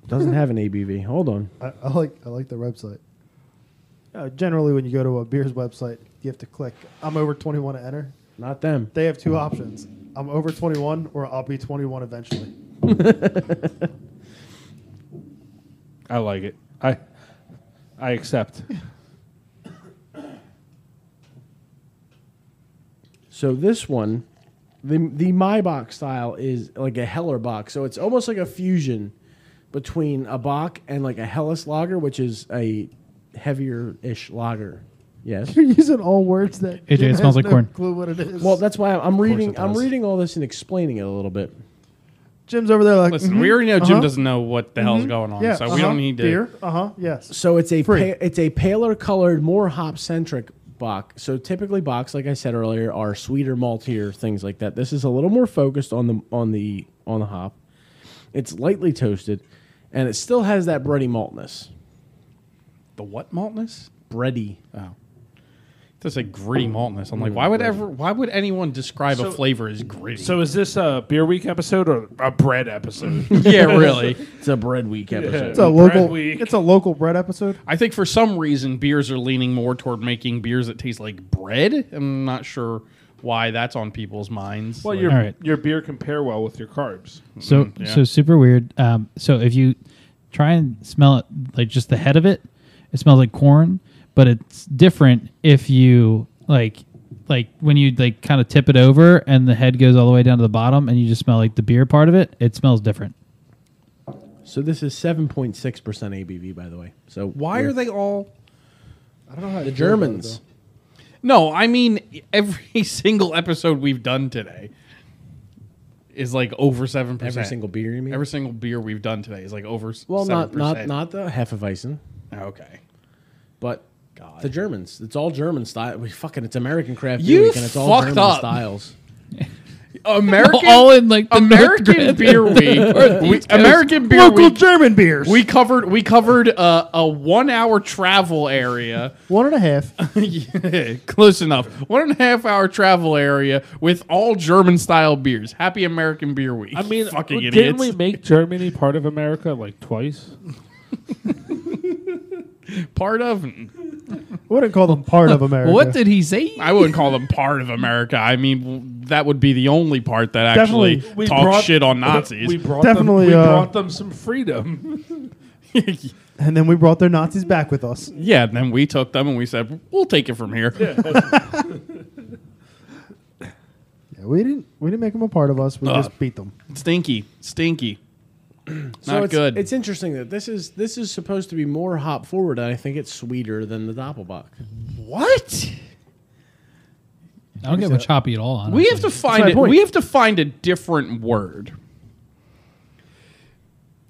Speaker 1: doesn't have an ABV. Hold on.
Speaker 5: I, I like I like the website. Uh, generally, when you go to a beer's website, you have to click "I'm over 21 to enter."
Speaker 1: Not them.
Speaker 5: They have two options: I'm over 21 or I'll be 21 eventually.
Speaker 2: I like it. I I accept.
Speaker 1: So this one, the the Maybach style is like a Heller Bach. So it's almost like a fusion between a Bach and like a Helles lager, which is a heavier ish lager. Yes.
Speaker 5: You're using all words that
Speaker 4: AJ, it
Speaker 5: Jim
Speaker 4: smells
Speaker 5: has
Speaker 4: like
Speaker 5: no
Speaker 4: corn.
Speaker 5: Clue what it is?
Speaker 1: Well, that's why I'm reading.
Speaker 2: it
Speaker 1: I'm
Speaker 2: does.
Speaker 1: reading all this and explaining it a little bit.
Speaker 5: Jim's over there. Like,
Speaker 3: Listen,
Speaker 5: mhm,
Speaker 3: we already know Jim
Speaker 5: uh-huh,
Speaker 3: doesn't know what the hell's going on,
Speaker 5: yeah, uh-huh.
Speaker 3: so we don't need to.
Speaker 5: Beer, uh huh. Yes.
Speaker 1: So it's a
Speaker 5: Free.
Speaker 1: pa- it's a paler colored, more hop centric Bach. So typically Bachs, like I said earlier, are sweeter, maltier things like that. This is a little more focused on the on the on the hop. It's lightly toasted, and it still has that bready maltness.
Speaker 3: The what maltness?
Speaker 1: Bready.
Speaker 3: Oh. That's a gritty maltness. I'm like, why would ever? Why would anyone describe a flavor as gritty?
Speaker 2: So is this a beer week episode or a bread episode?
Speaker 3: yeah, really.
Speaker 1: It's a bread week episode.
Speaker 5: It's a
Speaker 2: Bread
Speaker 5: local.
Speaker 2: Week.
Speaker 5: It's a local bread episode.
Speaker 3: I think for some reason beers are leaning more toward making beers that taste like bread. I'm not sure why that's on people's minds.
Speaker 2: well,
Speaker 3: Like-
Speaker 2: your
Speaker 4: All right.
Speaker 2: your beer compare well with your carbs.
Speaker 4: So so super weird. Um, so if you try and smell it, like just the head of it, it smells like corn, but it's different if you like like when you like kind of tip it over and the head goes all the way down to the bottom and you just smell like the beer part of it. It smells different.
Speaker 1: So this is seven point six percent ABV, by the way. So
Speaker 3: why are they all?
Speaker 5: I don't know how
Speaker 1: the Germans?
Speaker 3: No, I mean every single episode we've done today is like over seven percent.
Speaker 1: Every single beer, you mean?
Speaker 3: every single beer we've done today is like over.
Speaker 1: well, not
Speaker 3: 7%.
Speaker 1: not not the Hefeweizen,
Speaker 3: okay.
Speaker 1: but
Speaker 3: God.
Speaker 1: the Germans. It's all German style. We fucking it's American craft
Speaker 3: You
Speaker 1: beer week, and it's all
Speaker 3: fucked
Speaker 1: German
Speaker 3: up.
Speaker 1: styles.
Speaker 3: American
Speaker 4: All in like the
Speaker 3: American
Speaker 4: North-
Speaker 3: beer week. we, American beer
Speaker 5: Local
Speaker 3: week.
Speaker 5: German beers.
Speaker 3: We covered we covered uh, a one hour travel area,
Speaker 5: one and a half.
Speaker 3: Yeah, close enough. One and a half hour travel area with all German style beers. Happy American Beer Week.
Speaker 2: I mean,
Speaker 3: fucking
Speaker 2: didn't
Speaker 3: idiots.
Speaker 2: we make Germany part of America like twice?
Speaker 3: part of
Speaker 5: I wouldn't call them part of America.
Speaker 4: What did he say?
Speaker 3: I wouldn't call them part of America. I mean, w- that would be the only part that actually
Speaker 5: Definitely,
Speaker 2: We
Speaker 3: talks
Speaker 2: brought-
Speaker 3: shit on Nazis.
Speaker 2: We brought
Speaker 5: Definitely,
Speaker 2: Them, we
Speaker 5: uh,
Speaker 2: brought them some freedom.
Speaker 5: And then we brought their Nazis back with us.
Speaker 3: yeah, and then we took them and we said, "We'll take it from here."
Speaker 5: Yeah, we didn't. We didn't make them a part of us. We
Speaker 3: Ugh.
Speaker 5: just beat them.
Speaker 3: Stinky, stinky.
Speaker 1: So
Speaker 3: Not
Speaker 1: it's,
Speaker 3: good.
Speaker 1: It's interesting that this is this is supposed to be more hop forward, and I think it's sweeter than the Doppelbock.
Speaker 3: what?
Speaker 4: I don't get much choppy at all.
Speaker 3: We
Speaker 4: Honestly.
Speaker 3: have to find
Speaker 1: my
Speaker 3: it.
Speaker 1: point.
Speaker 3: We have to find a different word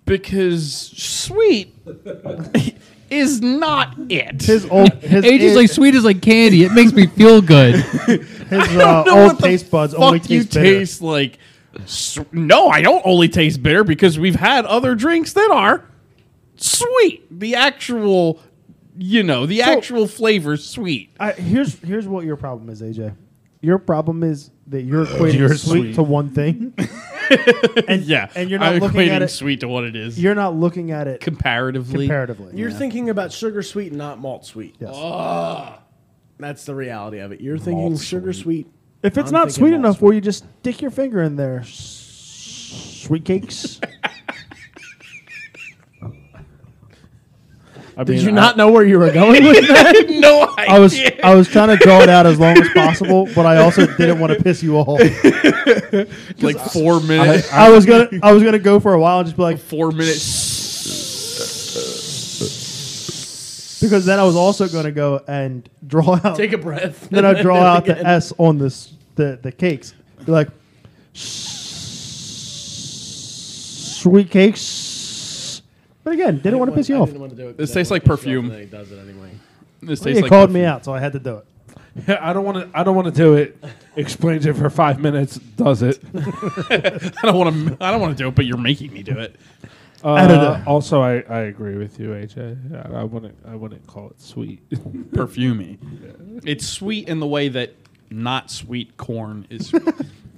Speaker 3: because sweet is not it.
Speaker 5: His old. His,
Speaker 4: Age is like sweet as like candy. It makes me feel good.
Speaker 5: his
Speaker 3: I
Speaker 5: uh,
Speaker 3: don't know
Speaker 5: old
Speaker 3: what the
Speaker 5: taste buds
Speaker 3: fuck
Speaker 5: only
Speaker 3: you
Speaker 5: taste bitter.
Speaker 3: taste like. s- No, I don't only taste bitter because we've had other drinks that are sweet. The actual, you know, the actual flavor sweet.
Speaker 5: I, here's here's what your problem is, AJ. Your problem is that you're equating
Speaker 2: You're
Speaker 5: sweet,
Speaker 2: sweet.
Speaker 5: to one thing. and
Speaker 3: Yeah,
Speaker 5: and you're not
Speaker 3: I'm
Speaker 5: looking at
Speaker 3: equating
Speaker 5: it.
Speaker 3: sweet to what it is
Speaker 5: You're not looking at it
Speaker 3: comparatively.
Speaker 5: comparatively.
Speaker 1: You're thinking about sugar sweet, and not malt sweet. Ah.
Speaker 5: Yes.
Speaker 1: That's the reality of it. You're thinking sugar sweet,
Speaker 5: If it's
Speaker 1: I'm
Speaker 5: not
Speaker 1: thinking
Speaker 5: sweet
Speaker 1: malt
Speaker 5: enough, will you just stick your finger in there? S- Sweet cakes.
Speaker 2: I
Speaker 1: Did
Speaker 2: mean,
Speaker 1: you
Speaker 2: I-
Speaker 1: not know where you were going with that?
Speaker 3: no idea.
Speaker 5: I was I was trying to draw it out as long as possible, but I also didn't want to piss you off.
Speaker 3: like four minutes.
Speaker 5: I was gonna I was gonna go for a while and just be like
Speaker 3: four minutes.
Speaker 5: because then I was also gonna go and draw out
Speaker 1: a breath.
Speaker 5: then I draw out the S on this the the cakes. Be like sweet cakes. But again, didn't want to piss you off.
Speaker 3: This tastes like perfume.
Speaker 1: He does it anyway.
Speaker 3: This
Speaker 5: You
Speaker 3: tastes like
Speaker 5: called me out, so I had to do it.
Speaker 2: I don't want to. I don't want to do it. Explains it for five minutes. Does it?
Speaker 3: I don't want to. I don't want to do it, but you're making me do it.
Speaker 2: Uh, also, I, I agree with you, AJ. I, I wouldn't. I wouldn't call it sweet.
Speaker 3: Perfumey. It's sweet in the way that not sweet corn is. sweet.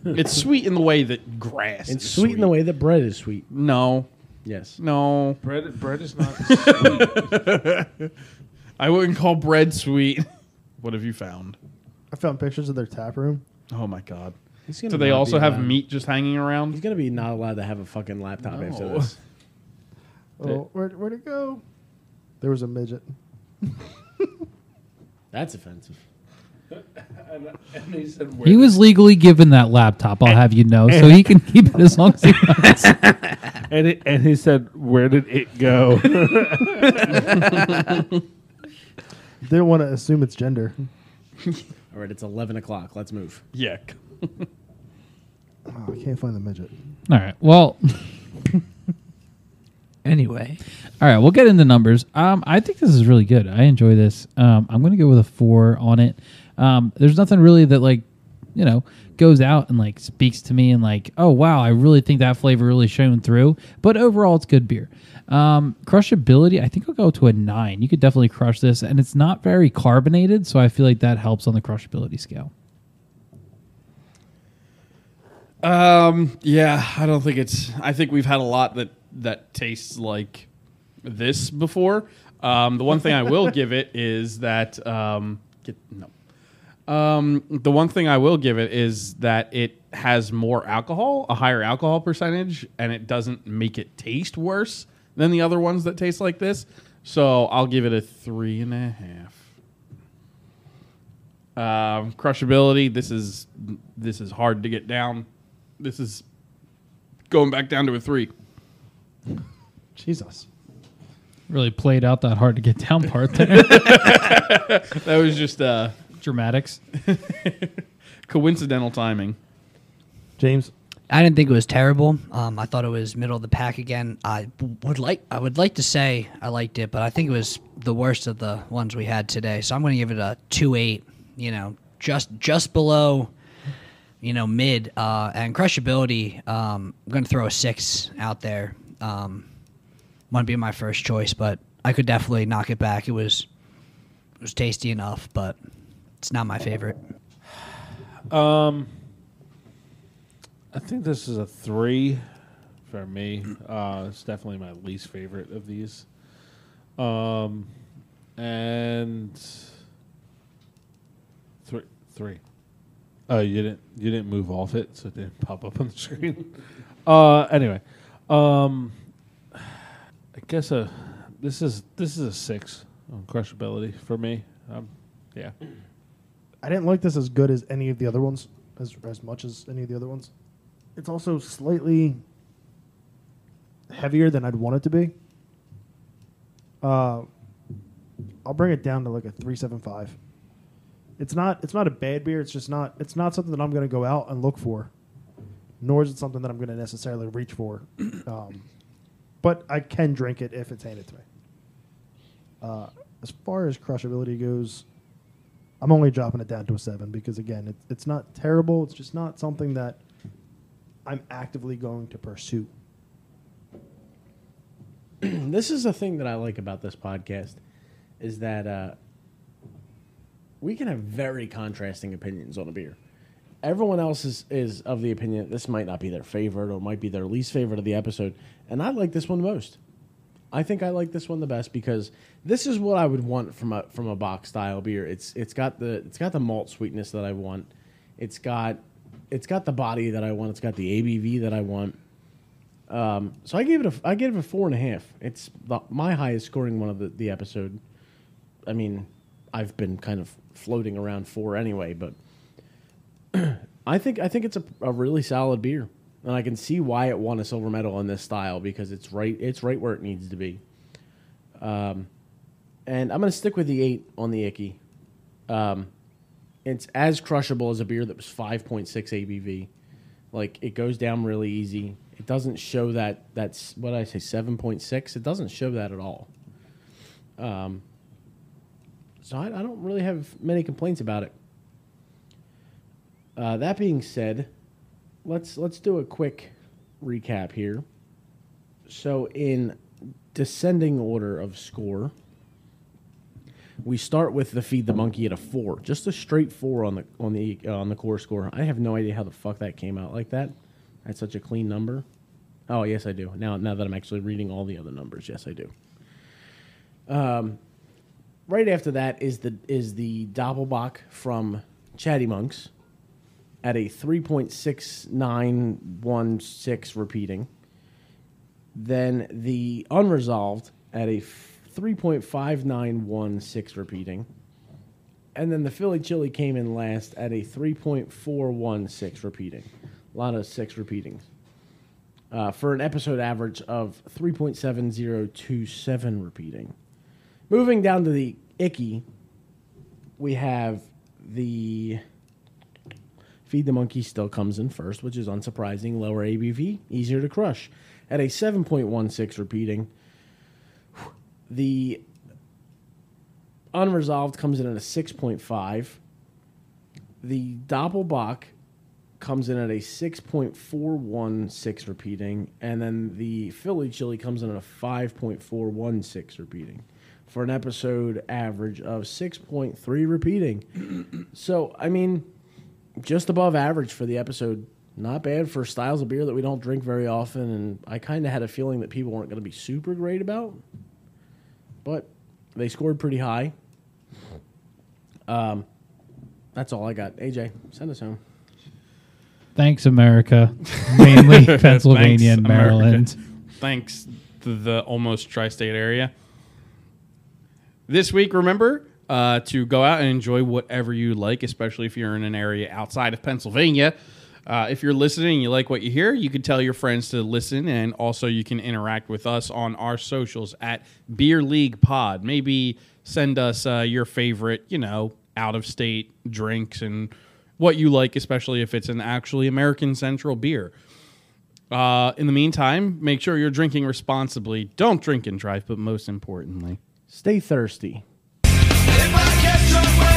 Speaker 3: it's sweet in the way that grass.
Speaker 1: It's
Speaker 3: is
Speaker 1: sweet, in the way that bread is sweet.
Speaker 3: No,
Speaker 1: Yes.
Speaker 3: no.
Speaker 2: bread. Bread is not.
Speaker 3: I wouldn't call bread sweet. what have you found?
Speaker 5: I found pictures of their tap room.
Speaker 3: Oh my god.
Speaker 1: He's gonna
Speaker 3: Do they
Speaker 1: not
Speaker 3: also
Speaker 1: be
Speaker 3: have
Speaker 1: allowed-
Speaker 3: meat just hanging
Speaker 1: He's
Speaker 3: around?
Speaker 1: gonna be not allowed to have a fucking laptop after
Speaker 3: No.
Speaker 1: this.
Speaker 5: Oh, where where'd it go? There was a midget.
Speaker 1: That's offensive.
Speaker 4: He was legally given that laptop. I'll have you know, so he can keep it as long as he wants.
Speaker 2: and it, and he said, "Where did it go?"
Speaker 5: Didn't want to assume its gender.
Speaker 1: All right, it's eleven o'clock. Let's move.
Speaker 3: Yuck.
Speaker 5: Oh, I can't find the midget.
Speaker 4: All right. Well,
Speaker 6: Anyway,
Speaker 4: all right. We'll get into numbers. Um, I think this is really good. I enjoy this. Um, I'm gonna go with a four on it. Um, there's nothing really that like, you know, goes out and like speaks to me and like, oh wow, I really think that flavor really shone through. But overall, it's good beer. Um, crushability, I think I'll go to a nine. You could definitely crush this, and it's not very carbonated, so I feel like that helps on the crushability scale.
Speaker 3: Um. Yeah, I don't think it's. I think we've had a lot that that tastes like this before. Um, the one thing I will give it is that um, get, no. Um, the one thing I will give it is that it has more alcohol, a higher alcohol percentage, and it doesn't make it taste worse than the other ones that taste like this. So I'll give it a three and a half. Um, crushability. This is this is hard to get down. This is going back down to a three.
Speaker 5: Jesus.
Speaker 4: Really played out that hard to get down part there.
Speaker 3: That was just uh,
Speaker 4: Dramatics.
Speaker 3: coincidental timing.
Speaker 5: James.
Speaker 6: I didn't think it was terrible. Um, I thought it was middle of the pack again. I w- would like I would like to say I liked it, but I think it was the worst of the ones we had today. So I'm going to give it a two eight. You know, just just below, you know, mid uh, and crushability. Um, I'm going to throw a six out there. Um, wouldn't be my first choice, but I could definitely knock it back. It was it was tasty enough, but it's not my favorite.
Speaker 2: I think this is a three for me. Uh, it's definitely my least favorite of these. Um, and three, three. Oh, you didn't you didn't move off it, so it didn't pop up on the screen. uh, anyway, um, I guess a this is this is a six on crushability for me. Um, yeah,
Speaker 5: I didn't like this as good as any of the other ones, as as much as any of the other ones. It's also slightly heavier than I'd want it to be. Uh, I'll bring it down to like a three seven five. It's not it's not a bad beer. It's just not it's not something that I'm going to go out and look for, nor is it something that I'm going to necessarily reach for. Um, but I can drink it if it's handed to me. Uh, as far as crushability goes, I'm only dropping it down to a seven because again, it, it's not terrible. It's just not something that I'm actively going to pursue.
Speaker 1: This is the thing that I like about this podcast, is that uh, we can have very contrasting opinions on a beer. Everyone else is, is of the opinion that this might not be their favorite or might be their least favorite of the episode, and I like this one the most. I think I like this one the best because this is what I would want from a from a box style beer. It's it's got the it's got the malt sweetness that I want. It's got it's got the body that I want. It's got the ABV that I want. Um, so I gave it a I gave it a four and a half. It's the, my highest scoring one of the, the episode. I mean, I've been kind of floating around four anyway, but I think I think it's a, a really solid beer, and I can see why it won a silver medal in this style because it's right it's right where it needs to be. Um, and I'm gonna stick with the eight on the icky. Um, it's as crushable as a beer that was 5.6 ABV. Like it goes down really easy. It doesn't show that that's what did I say 7.6. It doesn't show that at all. Um, so I, I don't really have many complaints about it. Uh, that being said, let's let's do a quick recap here. So in descending order of score, we start with the feed the monkey at a four, just a straight four on the on the uh, on the core score. I have no idea how the fuck that came out like that. That's such a clean number. Oh yes, I do. Now now that I'm actually reading all the other numbers, yes, I do. Um, right after that is the is the Doppelbach from Chatty Monks at a 3.6916 repeating. Then the unresolved at a f- 3.5916 repeating. And then the Philly Chili came in last at a 3.416 repeating. A lot of six repeatings. Uh, for an episode average of 3.7027 repeating. Moving down to the icky, we have the Feed the Monkey still comes in first, which is unsurprising. Lower ABV, easier to crush. At a 7.16 repeating, the Unresolved comes in at a 6.5. The Doppelbach comes in at a 6.416 repeating. And then the Philly Chili comes in at a 5.416 repeating for an episode average of 6.3 repeating. so, I mean just above average for the episode. Not bad for styles of beer that we don't drink very often, and I kind of had a feeling that people weren't going to be super great about, but they scored pretty high. Um, that's all I got. AJ, send us home.
Speaker 4: Thanks, America. Mainly Pennsylvania
Speaker 3: Thanks,
Speaker 4: and
Speaker 3: America.
Speaker 4: Maryland.
Speaker 3: Thanks to the almost tri-state area. This week, remember uh, to go out and enjoy whatever you like, especially if you're in an area outside of Pennsylvania. Uh, if you're listening and you like what you hear, you can tell your friends to listen, and also you can interact with us on our socials at Beer League Pod. Maybe send us uh, your favorite, you know, out of state drinks and what you like, especially if it's an actually American Central beer. Uh, in the meantime, make sure you're drinking responsibly. Don't drink and drive, but most importantly,
Speaker 1: Stay thirsty.
Speaker 7: If I catch a wave.